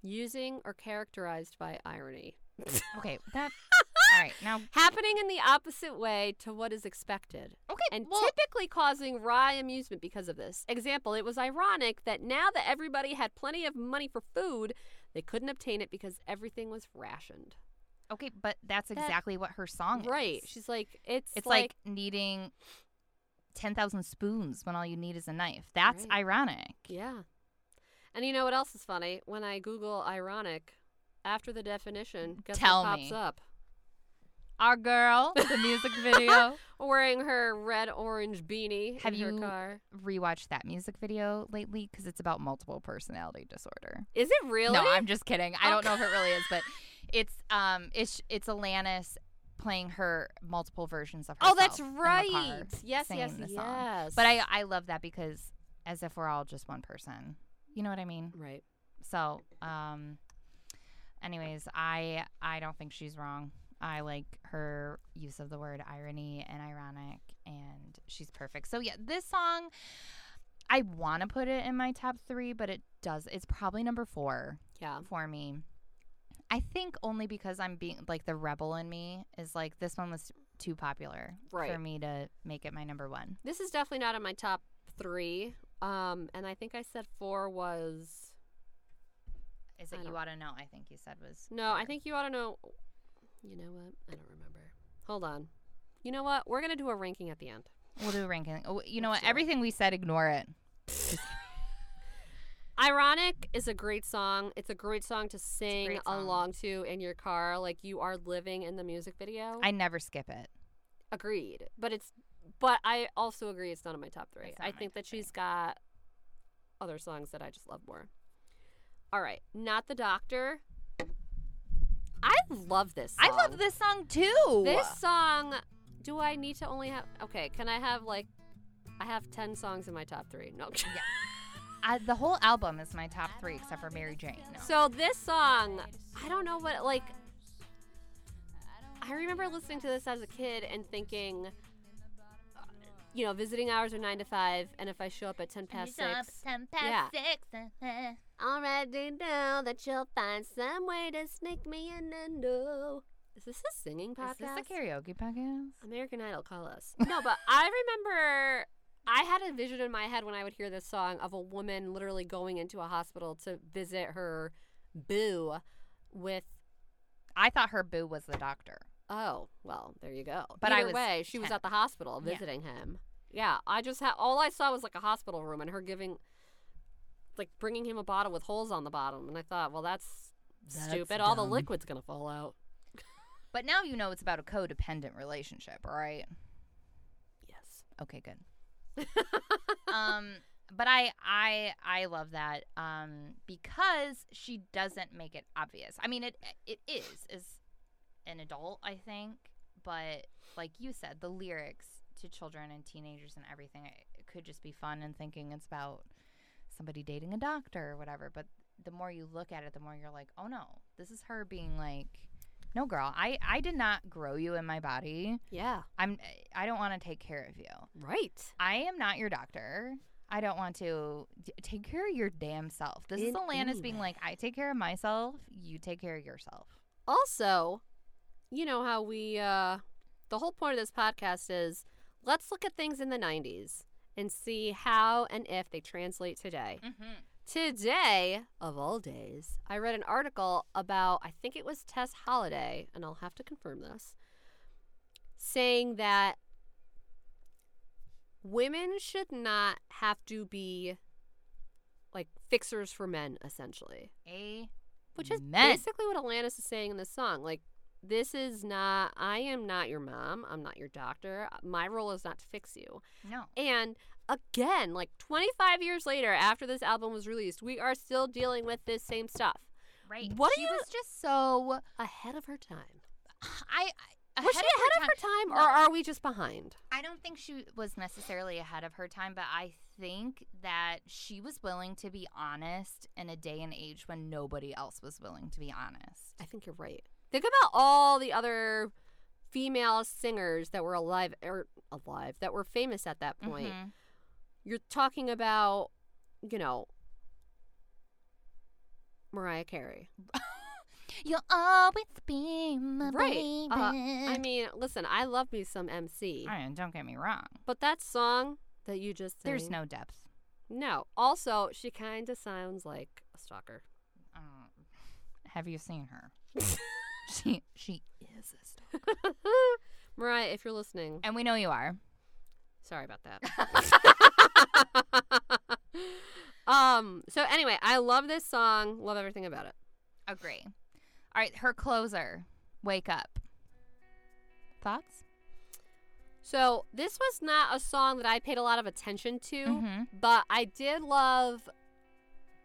S2: Using or characterized by
S3: <laughs>
S2: irony. <laughs>
S3: Okay, that. all right, now
S2: Happening in the opposite way to what is expected.
S3: okay,
S2: And
S3: well,
S2: typically causing wry amusement because of this. Example, it was ironic that now that everybody had plenty of money for food, they couldn't obtain it because everything was rationed.
S3: okay, but that's exactly what her song is.
S2: Right. She's like, it's,
S3: It's like, needing 10,000 spoons when all you need is a knife. That's
S2: Right.
S3: ironic.
S2: Yeah. And you know what else is funny? When I Google ironic, after the definition, guess
S3: Tell
S2: what pops
S3: me.
S2: up?
S3: Our girl, the
S2: <laughs>
S3: music video.
S2: Wearing her red orange beanie
S3: Have
S2: in her
S3: you-
S2: car.
S3: Rewatched that music video lately because it's about multiple personality disorder.
S2: Is it really?
S3: No, I'm just kidding. I don't know if it really is,
S2: <laughs>
S3: but it's um, it's it's Alanis playing her multiple versions of herself.
S2: oh, that's
S3: in the
S2: right.
S3: car,
S2: Yes, yes,
S3: singing the song.
S2: yes.
S3: But I I love that because as if we're all just one person. You know what I mean?
S2: right.
S3: So, um, anyways, I I don't think she's wrong. I like her use of the word irony and ironic, and she's perfect. So yeah, this song, I want to put it in my top three, but it does. It's probably number four
S2: Yeah.
S3: for me. I think only because I'm being like the rebel in me is like this one was too popular for
S2: Right.
S3: me to make it my number one.
S2: This is definitely not in my top three. Um, and I think I said four was
S3: Is
S2: I
S3: it you
S2: don't-
S3: ought to know? I think you said was
S2: no. I
S3: four.
S2: think you ought to know. You know what? I don't remember. Hold on. You know what? We're gonna do a ranking at the end.
S3: We'll do a ranking. Oh, you know
S2: Let's
S3: what?
S2: do it.
S3: Everything we said, ignore it.
S2: Ironic is a great song. It's a great song to sing
S3: great song.
S2: along to in your car, like you are living in the music video.
S3: I never skip it.
S2: Agreed, but it's but I also agree it's not in my top three.
S3: It's not
S2: I
S3: in my
S2: think that
S3: top three.
S2: she's got other songs that I just love more. All right, not the doctor. I love this. Song.
S3: I love this song too.
S2: This song. Do I need to only have? Okay, can I have like? I have ten songs in my top three. No.
S3: I, the whole album is my top three except for Mary Jane. No.
S2: So this song, I don't know what like. I remember listening to this as a kid and thinking, uh, you know, visiting hours are nine to five, and if I show up at ten past
S4: It's up
S2: six,
S4: ten past
S2: Yeah.
S4: six. uh, uh.
S2: already know that you'll find some way to sneak me in and oh. Is this a singing podcast?
S3: is this a karaoke podcast?
S2: American Idol, call us. <laughs> No, but I remember I had a vision in my head when I would hear this song of a woman literally going into a hospital to visit her boo with
S3: I thought her boo was the doctor.
S2: oh well there you go.
S3: But I
S2: Either
S3: was
S2: way, she was
S3: 10.
S2: at the hospital
S3: Yeah.
S2: visiting him. Yeah, I just had all I saw was like a hospital room and her giving like bringing him a bottle with holes on the bottom, and I thought, well that's,
S3: That's
S2: stupid. All the
S3: dumb.
S2: liquid's gonna fall out.
S3: But now you know it's about a codependent relationship, right?
S2: Yes.
S3: Okay, good. um, but I I I love that um because she doesn't make it obvious. I mean it it is as an adult, I think, but like you said, the lyrics to children and teenagers and everything it, it could just be fun and thinking it's about somebody dating a doctor or whatever, but the more you look at it, the more you're like, "Oh no, this is her being like, no girl, I I did not grow you in my body.
S2: Yeah.
S3: I'm I don't want to take care of you."
S2: Right.
S3: I am not your doctor. I don't want to D- take care of your damn self. This is
S2: In any
S3: Alanis being
S2: way.
S3: like, I take care of myself. You take care of yourself.
S2: Also, you know how we uh the whole point of this podcast is let's look at things in the 90s and see how and if they translate today.
S3: Mm-hmm.
S2: Today, of all days, I read an article about I think it was Tess Holiday, and I'll have to confirm this, saying that women should not have to be like fixers for men essentially
S3: A
S2: which is
S3: Men.
S2: basically what Alanis is saying in this song. Like, this is not, I am not your mom. I'm not your doctor. My role is not to fix you.
S3: no.
S2: And again, like 25 years later, after this album was released, we are still dealing with this same stuff.
S4: great.
S2: What do
S4: she
S2: you-
S4: was
S3: <sighs>
S4: just so
S2: Ahead of her time.
S4: I I-
S2: was she
S4: ahead
S2: ahead
S4: of her time.
S2: or are we just behind?
S4: I don't
S3: don't think she was necessarily ahead of her time, but I think that she was willing to be honest in a day and age when nobody else was willing to be honest.
S2: I think you're right. Think about all the other female singers that were alive or alive that were famous at that point.
S3: Mhm.
S2: You're talking about, you know, Mariah Carey.
S4: You'll always be my
S2: Right.
S4: baby.
S2: Uh, I mean, listen, I love me some MC,
S3: I mean, don't get me wrong.
S2: but that song that you just sang,
S3: There's no depth.
S2: no. Also, she kind of sounds like a stalker.
S3: Um, have you seen her? <laughs> she she is a star.
S2: <laughs> Mariah, if you're listening,
S3: And we know you are.
S2: Sorry about
S3: <laughs>
S2: that. um. So anyway, I love this song. Love everything about it.
S3: Agree. All right, her closer. Wake up. Thoughts?
S2: So this was not a song that I paid a lot of attention to,
S3: Mhm.
S2: but I did love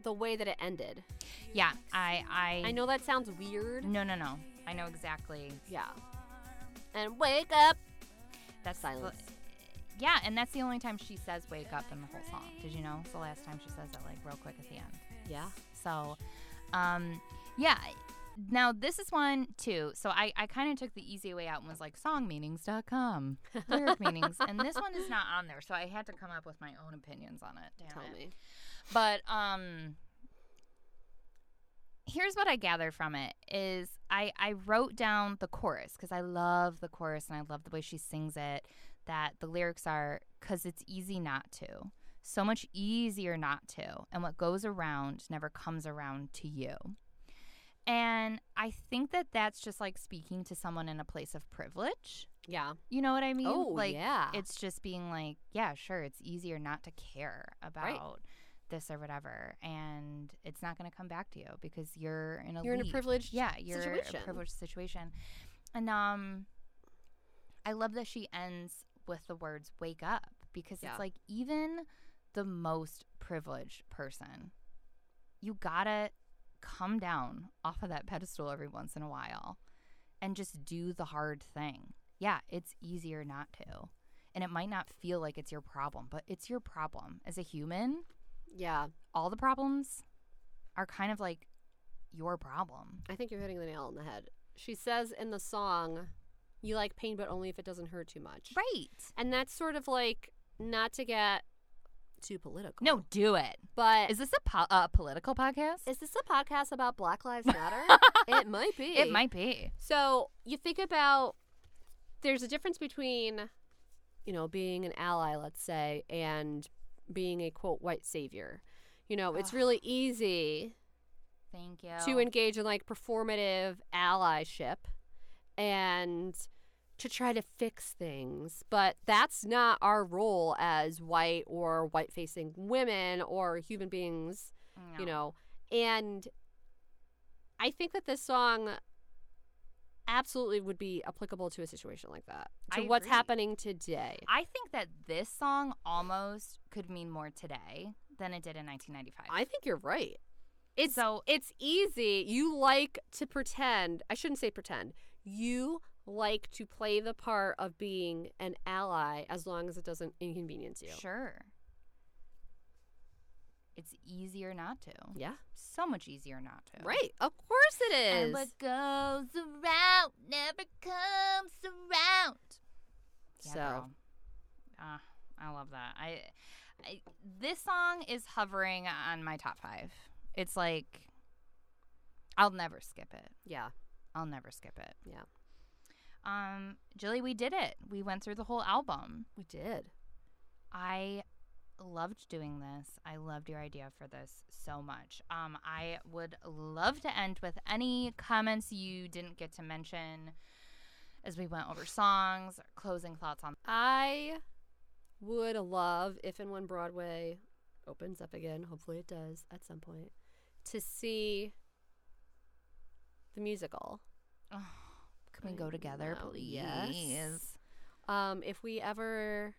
S2: the way that it ended.
S3: Yeah, I I,
S2: I know that sounds weird.
S3: No, no, no. I know exactly.
S2: Yeah. And wake up.
S3: That's
S2: Silence.
S3: the- yeah, and that's the only time she says "wake up" in the whole song. Did you know? It's the last time she says that, like real quick at the end.
S2: Yeah.
S3: So, um, yeah. Now this is one too. So I, I kind of took the easy way out and was like songmeanings.com, lyric meanings, and this one is not on there. So I had to come up with my own opinions on it. Damn
S2: Tell
S3: it.
S2: me.
S3: But um here's what I gathered from it is I I wrote down the chorus cuz I love the chorus and I love the way she sings it that the lyrics are cuz it's easy not to. So much easier not to. And what goes around never comes around to you. And I think that that's just like speaking to someone in a place of privilege.
S2: Yeah.
S3: You know what I mean?
S2: Oh,
S3: like,
S2: yeah.
S3: It's just being like, yeah, sure, it's easier not to care about this or whatever, and it's not going to come back to you because you're in a
S2: You're in a
S3: lead.
S2: privileged
S3: yeah, you're
S2: situation.
S3: a privileged situation, and um, I love that she ends with the words "wake up" because
S2: Yeah.
S3: it's like even the most privileged person, you gotta come down off of that pedestal every once in a while and just do the hard thing. Yeah, it's easier not to. And it might not feel like it's your problem, but it's your problem. As a human,
S2: Yeah.
S3: all the problems are kind of like your problem.
S2: I think you're hitting the nail on the head. She says in the song, "You like pain, but only if it doesn't hurt too much."
S3: Right.
S2: And that's sort of like not to get too political.
S3: No, do it.
S2: but
S3: Is
S2: is,
S3: this a po- uh, political podcast?
S2: this a podcast about Black Lives Matter?
S3: <laughs>
S2: it might be.
S3: It might be.
S2: So you think about there's a difference between, you know, being an ally, let's say, and being a quote white savior. You know, it's really easy
S3: Thank you.
S2: to engage in like performative allyship and to try to fix things. But that's not our role as white or white facing women or human beings, you know. And I think that this song absolutely would be applicable to a situation like that, to
S3: I
S2: what's
S3: agree.
S2: happening today.
S3: I think that this song almost could mean more today than it did in 1995.
S2: I think you're right. It's
S3: So-
S2: it's easy. You like to pretend. I shouldn't say pretend. You like to play the part of being an ally as long as it doesn't inconvenience you.
S3: Sure. It's easier not to.
S2: Yeah.
S3: So much easier not to.
S2: Right. Of course it
S4: And
S2: is.
S4: what goes around never comes around.
S3: Yeah,
S2: so
S3: girl. Ah, I love that. I, I this song is hovering on my top 5. It's like I'll never skip it.
S2: yeah,
S3: I'll never skip it.
S2: yeah,
S3: Um Jilly, we did it. We went through the whole album.
S2: we did.
S3: I loved doing this. I loved your idea for this so much. Um, I would love to end with any comments you didn't get to mention as we went over songs, or closing thoughts on.
S2: I would love if and when Broadway opens up again. Hopefully it does at some point. To see the musical.
S3: Can we go together,
S2: know,
S3: <laughs> please?
S2: yes. Um, if we ever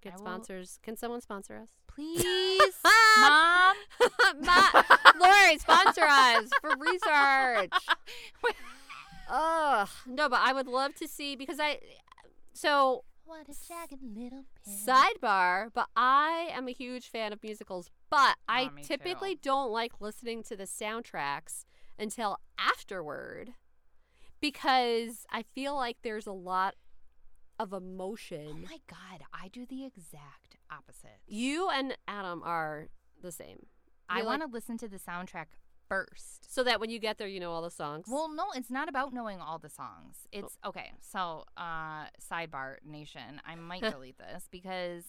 S2: Get
S3: I will-
S2: sponsors. Can someone sponsor us?
S3: <laughs>
S4: Please.
S3: Mom,
S2: <laughs> Ma- Lori, sponsor us for research. Ugh. No, but I would love to see because I. So
S4: what a jagged little pin.
S2: sidebar, but I am a huge fan of musicals, but I
S3: Aw, me
S2: typically don't like listening to the soundtracks until afterward because I feel like there's a lot of
S3: oh
S2: emotion.
S3: my God, I do the exact opposite.
S2: you and Adam are the same.
S3: I
S2: You're like-
S3: want to listen to the soundtrack first.
S2: so that when you get there, you know all the songs.
S3: Well, no, it's not about knowing all the songs. It's
S2: Oh.
S3: okay. So, uh, sidebar nation, I
S2: <laughs>
S3: might delete this because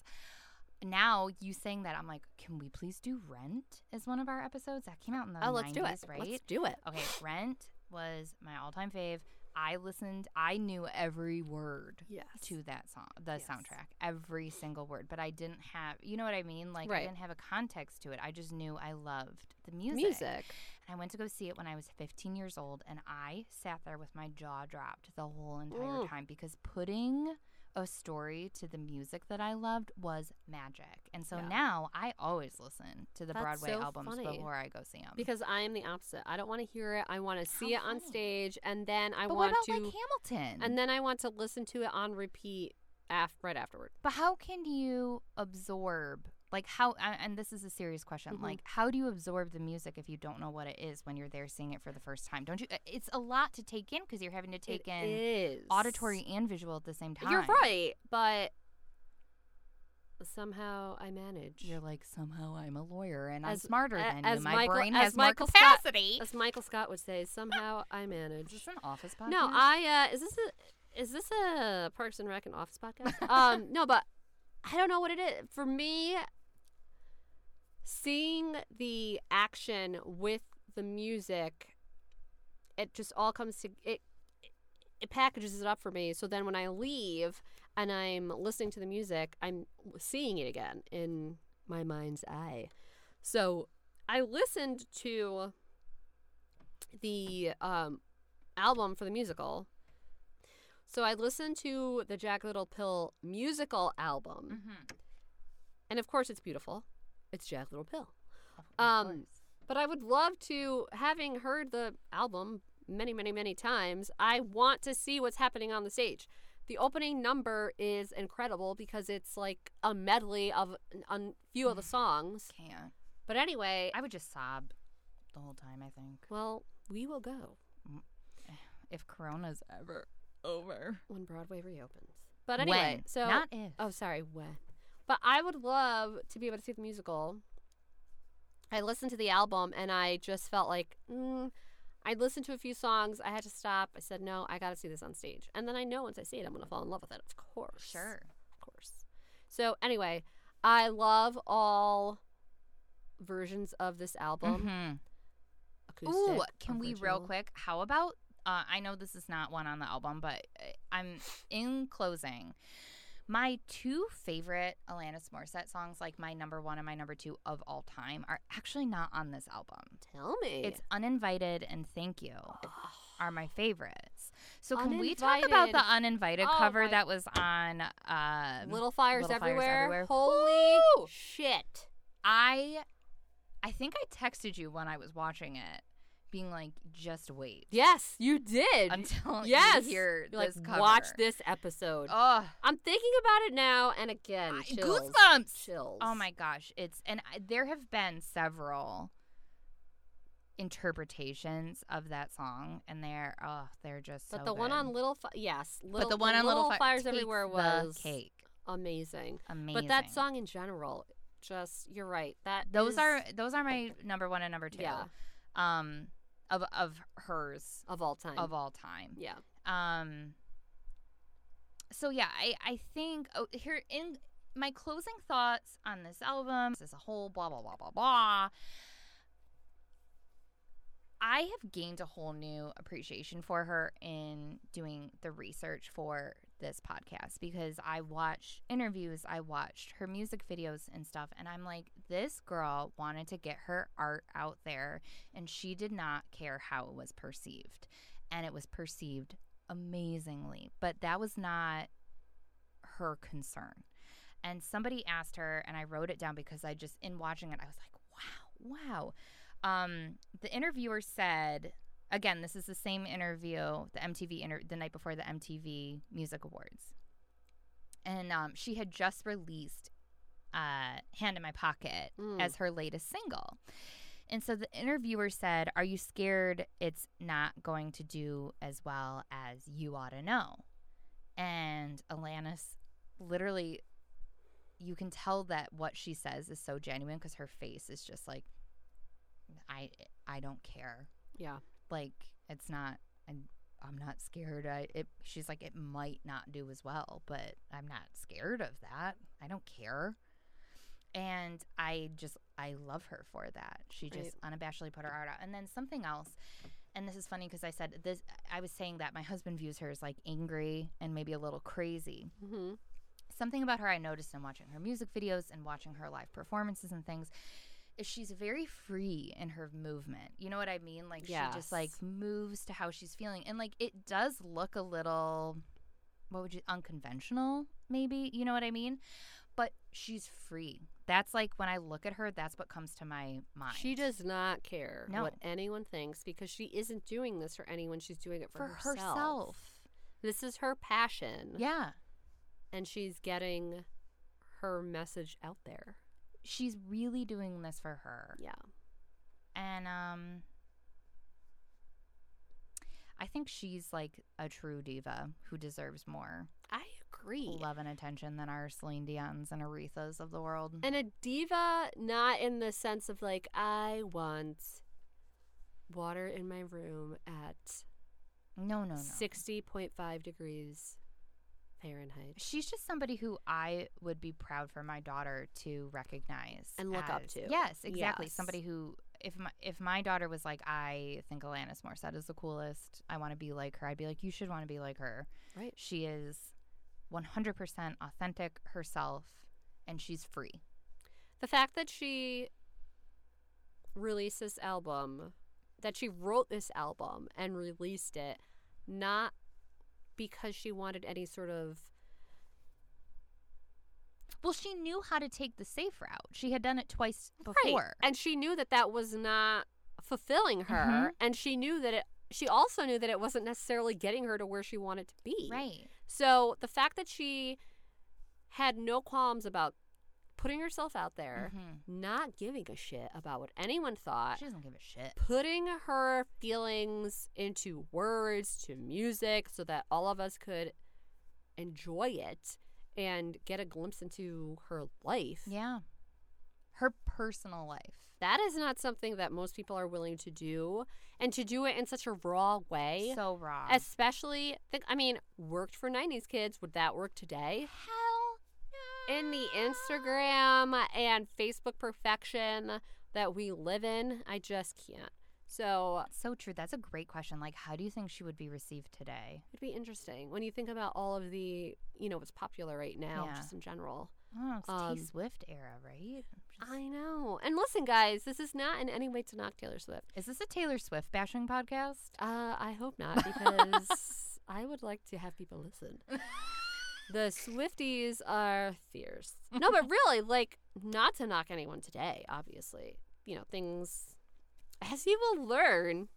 S3: now you saying that, I'm like, can we please do Rent as one of our episodes that came out in the
S2: oh, let's
S3: 90s,
S2: do it.
S3: right?
S2: Let's do it.
S3: Okay, Rent was my all-time fave. I listened. I knew every word
S2: Yes.
S3: to that song, the
S2: Yes.
S3: soundtrack, every single word. But I didn't have, you know what I mean? Like
S2: Right.
S3: I didn't have a context to it. I just knew I loved the music.
S2: music.
S3: And I went to go see it when I was 15 years old, and I sat there with my jaw dropped the whole entire
S2: Mm.
S3: time because putting a story to the music that I loved was magic. And so
S2: Yeah.
S3: now I always listen to the
S2: That's
S3: Broadway
S2: so
S3: albums
S2: funny.
S3: before I go see them.
S2: Because I am the opposite. I don't want to hear it. I want to see it
S4: How
S2: on
S4: funny.
S2: stage, and then I
S3: Oh. but what
S2: want
S3: about
S2: to,
S3: like Hamilton?
S2: and then I want to listen to it on repeat af- right afterward.
S3: But how can you absorb like how a- and this is a serious question.
S2: Mhm.
S3: Like how do you absorb the music if you don't know what it is when you're there seeing it for the first time? Don't you uh, it's a lot to take in because you're having to take
S2: It
S3: in
S2: is.
S3: auditory and visual at the same time.
S2: You're right, but somehow I manage.
S3: You're like somehow I'm a lawyer and I'm
S2: As-
S3: smarter
S2: a-
S3: than you.
S2: as
S3: My
S2: Michael-
S3: brain
S2: as
S3: has more
S2: Michael Scott-
S3: capacity.
S2: As Michael Scott would say, somehow I manage.
S3: is this an office podcast?
S2: No, I uh, is this a is this a Parks and Rec and Office podcast? um, no, but I don't know what it is for me. Seeing the action with the music, it just all comes to it. It packages it up for me. So then when I leave and I'm listening to the music, I'm seeing it again in my mind's eye. So I listened to the um, album for the musical. So I listened to the Jack Little Pill musical album,
S3: Mhm.
S2: and of course it's beautiful. It's Jack Little Pill.
S3: Of- of
S2: Um,
S3: course.
S2: But I would love to, having heard the album many, many, many times, I want to see what's happening on the stage. The opening number is incredible because it's like a medley of a few of the songs.
S3: can't.
S2: But anyway,
S3: I would just sob the whole time. I think
S2: well, we will go
S3: if Corona's ever over.
S2: when Broadway reopens. But anyway,
S3: When?
S2: so
S3: not if.
S2: Oh, sorry, when? But I would love to be able to see the musical. I listened to the album and I just felt like mm, I listened to a few songs. I had to stop. I said, "No, I got to see this on stage." And then I know once I see it, I'm gonna fall in love with it. Of course,
S3: Sure.
S2: of course. So anyway, I love all versions of this album.
S3: Mhm.
S2: Acoustic,
S3: Ooh, can we real
S2: original.
S3: quick? How about uh, I know this is not one on the album, but uh, I'm in closing. My two favorite Alanis Morissette songs, like my number one and my number two of all time, are actually not on this album.
S2: Tell me,
S3: It's Uninvited and Thank You are my favorites. So can we talk
S2: Uninvited.
S3: about the Uninvited
S2: Oh
S3: cover
S2: my-
S3: that was on um,
S2: little fires
S3: Little Fires
S2: everywhere.
S3: Everywhere.
S2: Holy
S3: Woo!
S2: shit!
S3: I I think I texted you when I was watching it, being like, just wait.
S2: Yes, you <laughs> did.
S3: Until
S2: yes.
S3: you hear
S2: You're like,
S3: this cover.
S2: watch this episode.
S3: Oh,
S2: I'm thinking about it now, and again,
S3: I-
S2: chills.
S3: goosebumps.
S2: Chills.
S3: Oh my gosh, it's and I, there have been several interpretations of that song and they're oh, they're just
S2: But
S3: so
S2: the one
S3: good.
S2: on Little Fi- yes,
S3: But
S2: little,
S3: the one on Little, Fi-
S2: Fires
S3: takes
S2: Everywhere
S3: the
S2: was
S3: cake.
S2: amazing.
S3: Amazing.
S2: But that song in general, just you're right. That
S3: those
S2: is-
S3: are those are my number 1 and number 2.
S2: Yeah.
S3: Um of of hers
S2: of all time.
S3: of all time.
S2: yeah,
S3: Um. So yeah, I I think oh, here in my closing thoughts on this album as a whole, blah blah blah blah blah. I have gained a whole new appreciation for her in doing the research for this podcast because I watched interviews, I watched her music videos and stuff, and I'm like, this girl wanted to get her art out there, and she did not care how it was perceived. And it was perceived amazingly, but that was not her concern. And somebody asked her, and I wrote it down because I just, in watching it, I was like, wow, wow. Um, the interviewer said, again, this is the same interview, the MTV, inter- the night before the MTV Music Awards. And um, she had just released uh, Hand in My Pocket
S2: Mm.
S3: as her latest single. And so the interviewer said, Are you scared it's not going to do as well as you ought to know? And Alanis literally, you can tell that what she says is so genuine because her face is just like, I, I don't care
S2: Yeah.
S3: like it's not I'm, I'm not scared I it she's like it might not do as well but I'm not scared of that I don't care and I just I love her for that she just unabashedly put her art out and then something else and this is funny because I said this I was saying that my husband views her as like angry and maybe a little crazy
S2: Mm-hmm.
S3: something about her I noticed in watching her music videos and watching her live performances and things is she's very free in her movement. You know what I mean? Like she
S2: Yes.
S3: just like moves to how she's feeling and like it does look a little what would you unconventional maybe? You know what I mean? But she's free. That's like when I look at her, that's what comes to my mind.
S2: She does not care
S3: No.
S2: what anyone thinks because she isn't doing this for anyone. She's doing it for,
S3: for
S2: herself.
S3: herself.
S2: This is her passion.
S3: Yeah.
S2: And she's getting her message out there.
S3: She's really doing this for her.
S2: Yeah.
S3: and um I think she's like a true diva who deserves more
S2: I agree.
S3: love and attention than our Celine Dion's and Aretha's of the world.
S2: And a diva, not in the sense of like, I want water in my room at
S3: No, Oh, no, no.
S2: 60.5 degrees Fahrenheit
S3: She's just somebody who I would be proud for my daughter to recognize
S2: And look up
S3: as-
S2: to.
S3: Yes, exactly.
S2: Yes.
S3: Somebody who, if my if my daughter was like, I think Alanis Morissette is the coolest. I want to be like her. I'd be like, you should want to be like her.
S2: Right.
S3: She is 100% authentic herself, and she's free.
S2: the fact that she released this album that she wrote this album and released it not because she wanted any sort of
S3: Well, she knew how to take the safe route. She had done it twice before.
S2: Right. and she knew that that was not fulfilling her
S3: Mm-hmm.
S2: and she knew that it she also knew that it wasn't necessarily getting her to where she wanted to be
S3: Right.
S2: So the fact that she had no qualms about putting herself out there, not giving a shit about what anyone thought,
S3: Mm-hmm. She doesn't give a shit.
S2: putting her feelings into words, to music, so that all of us could enjoy it and get a glimpse into her life.
S3: Yeah. Her personal life.
S2: That is not something that most people are willing to do, and to do it in such a raw way.
S3: So raw.
S2: Especially, think, I mean, worked for 90s kids. Would that work today?
S3: hell
S2: in the Instagram and Facebook perfection that we live in, I just can't. So
S3: So true. That's a great question. Like, how do you think she would be received today?
S2: it'd be interesting when you think about all of the, you know, what's popular right now,
S3: Yeah.
S2: just in general.
S3: Oh, it's
S2: Um,
S3: T Swift era, right? Just-
S2: I know. And listen, guys, this is not in any way to knock Taylor Swift.
S3: Is this a Taylor Swift bashing podcast?
S2: Uh, I hope not, because I would like to have people listen. The Swifties are fierce. No, but really, like, not to knock anyone today, obviously. You know, things, as you will learn,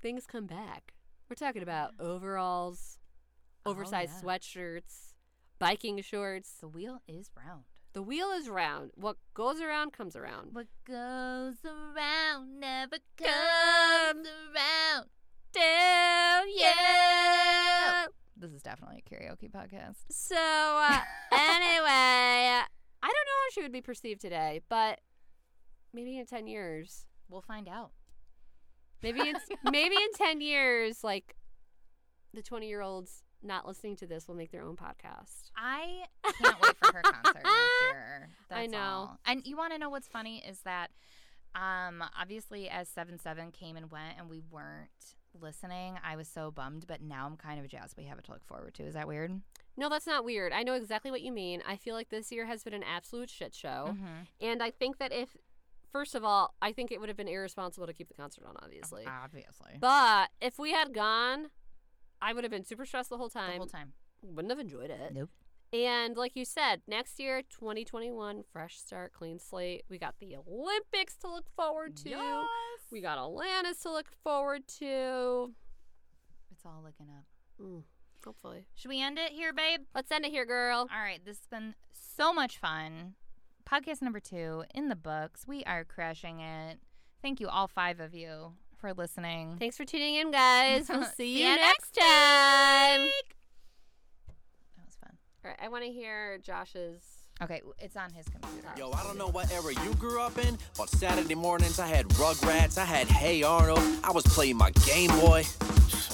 S2: things come back. We're talking about overalls, oversized
S3: yeah.
S2: sweatshirts, biking shorts.
S3: The wheel is round.
S2: The wheel is round. What goes around comes around.
S3: What goes around never comes around. Damn, yeah. This is definitely a karaoke podcast.
S2: So
S3: <laughs>
S2: uh, anyway, I don't know how she would be perceived today, but maybe in ten years,
S3: We'll find out.
S2: maybe
S3: <laughs>
S2: in maybe in ten years, like the twenty year olds not listening to this will make their own podcast.
S3: I can't wait for her concert
S2: <laughs>
S3: next year. That's
S2: I know.
S3: all. And you want to know what's funny is that, um, obviously as Seven Seven came and went and we weren't listening, I was so bummed. But now I'm kind of jazzed. We have it to look forward to. Is that weird?
S2: No, that's not weird. I know exactly what you mean. I feel like this year has been an absolute shit show,
S3: Mm-hmm.
S2: and I think that if first of all, I think it would have been irresponsible to keep the concert on, obviously.
S3: Obviously.
S2: But if we had gone, I would have been super stressed the whole
S3: the
S2: time.
S3: whole time.
S2: Wouldn't have enjoyed it.
S3: Nope.
S2: And like you said, next year, 2021, fresh start, clean slate. We got the Olympics to look forward to. We got Atlantis to look forward to.
S3: It's all looking up.
S2: Mm, hopefully.
S3: Should we end it here, babe?
S2: Let's end it here, girl.
S3: All right, this has been so much fun. Podcast number two in the books. We are crushing it. Thank you, all five of you, for listening.
S2: Thanks for tuning in, guys. <laughs> We'll see,
S3: See
S2: you
S3: you
S2: next time.
S3: That was fun.
S2: All right, I want to hear Josh's.
S3: Okay, w- it's on his computer.
S1: Yo, I don't know what era you grew up in, but Saturday mornings I had Rugrats, I had Hey Arnold, I was playing my Game Boy.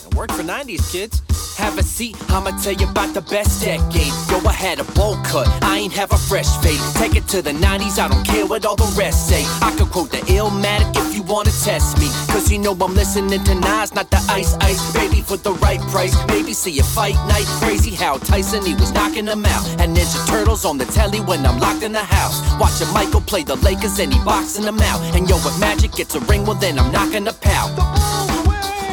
S1: It worked for 90s kids. Have a seat, I'ma tell you about the best decade. Yo, I had a bowl cut, I ain't have a fresh fade. Take it to the 90s, I don't care what all the rest say. I could quote the Illmatic if you wanna test me. Cause you know I'm listening to Nas, not the Ice Ice. Baby, for the right price, maybe see you fight night. Crazy how Tyson, he was knocking them out. And Ninja Turtles on the telly when I'm locked in the house. Watching Michael play the Lakers and he boxing them out. And yo, if Magic gets a ring, well then I'm knocking the pout.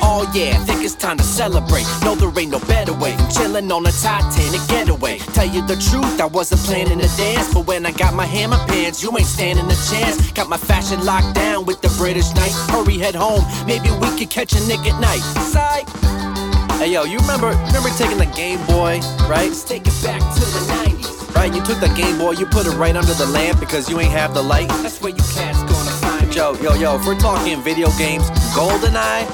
S1: Oh yeah, think it's time to celebrate. No, there ain't no better way. I'm chilling on a Titanic getaway. Tell you the truth, I wasn't planning to dance, but when I got my hammer pants, you ain't standing a chance. Got my fashion locked down with the British knight. Hurry, head home. Maybe we could catch a nick at night. Psych. Hey yo, you remember remember taking the Game Boy, right? Let's take it back to the 90s. Right, you took the Game Boy, you put it right under the lamp because you ain't have the light. That's where you cats gonna find me. Yo, yo, yo, if we're talking video games, GoldenEye,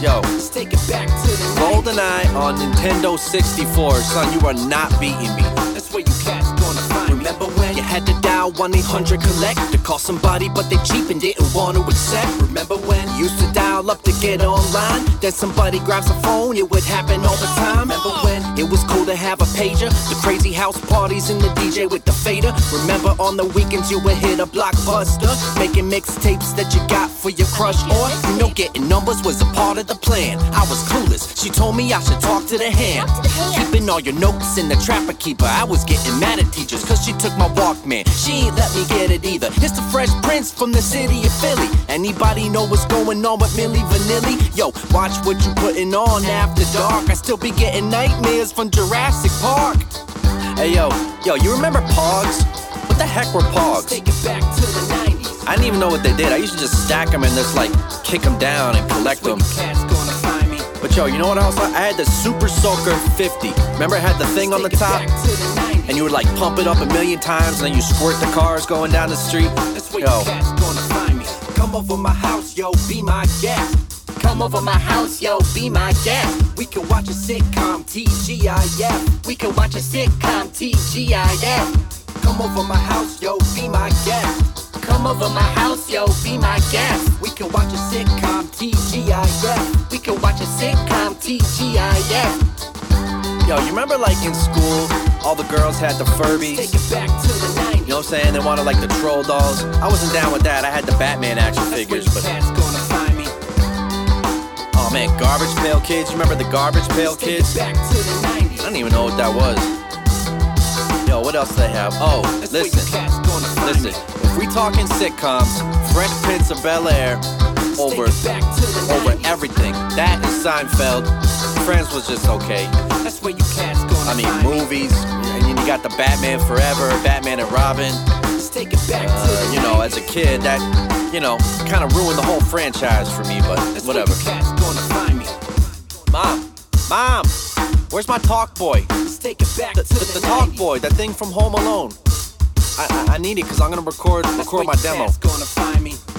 S1: yo. Let's take it back to the GoldenEye on Nintendo 64. Son, you are not beating me. That's where you cats gonna find me. Remember when you had to dial 1-800 collect to call somebody but they cheap and didn't want to accept? Remember when you used to dial up to get online? Then somebody grabs a phone, it would happen all the time. Remember when it was cool to have a pager? The crazy house parties and the DJ with the fader. Remember on the weekends you would hit a blockbuster, making mixtapes that you got for your crush. Or you know, getting numbers was a part of the plan. I was clueless. She told me I should talk to the hand. Keeping all your notes in the trapper keeper. I was getting mad at teachers cause she took my Walkman. She ain't let me get it either. It's the Fresh Prince from the city of Philly. Anybody know what's going on with Millie Vanilli? Yo, watch what you putting on after dark. I still be getting nightmares from Jurassic Park. Hey yo, yo, you remember Pogs? What the heck were Pogs? Take it back to the 90s. I didn't even know what they did. I used to just stack them and just like kick them down and collect them. But yo, Oh, you know what else? I had the Super Soaker 50. Remember, it had the thing on the top? And you would like pump it up a million times, and then you squirt the cars going down the street. Yo, Come over my house, yo, be my guest. Come over my house, yo, be my guest. We can watch a sitcom, TGIF. We can watch a sitcom, TGIF. Come over my house, yo, be my guest. Come over my house, yo, be my guest. We can watch a sitcom, TGIF. We can watch a sitcom, TGIF. Yo, you remember like in school, all the girls had the Furbies? Take it back to the 90s. You know what I'm saying? They wanted like the troll dolls. I wasn't down with that. I had the Batman action figures, but. Oh man, Garbage Pail Kids. You remember the Garbage Pail Kids? I don't even know what that was. Yo, what else they have? Oh, listen, listen. If we talking sitcoms, Fresh Prince of Bel Air, over, over everything. That and Seinfeld. Friends was just okay.
S5: That's where you cats gonna
S1: I mean,
S5: find me.
S1: movies, and then you got the Batman Forever, Batman and Robin.
S5: Let's take it back to
S1: Uh,
S5: the
S1: you know, as a kid, that, you know, kind of ruined the whole franchise for me, but
S5: 90s.
S1: whatever.
S5: That's where you cats gonna find me.
S1: Mom, mom, where's my talk boy?
S5: Let's take it back
S1: The,
S5: to
S1: the, the talk
S5: 90s.
S1: boy, that thing from Home Alone. I, I, I need it because I'm going to record
S5: That's
S1: record my
S5: where you
S1: demo.
S5: cats gonna find me.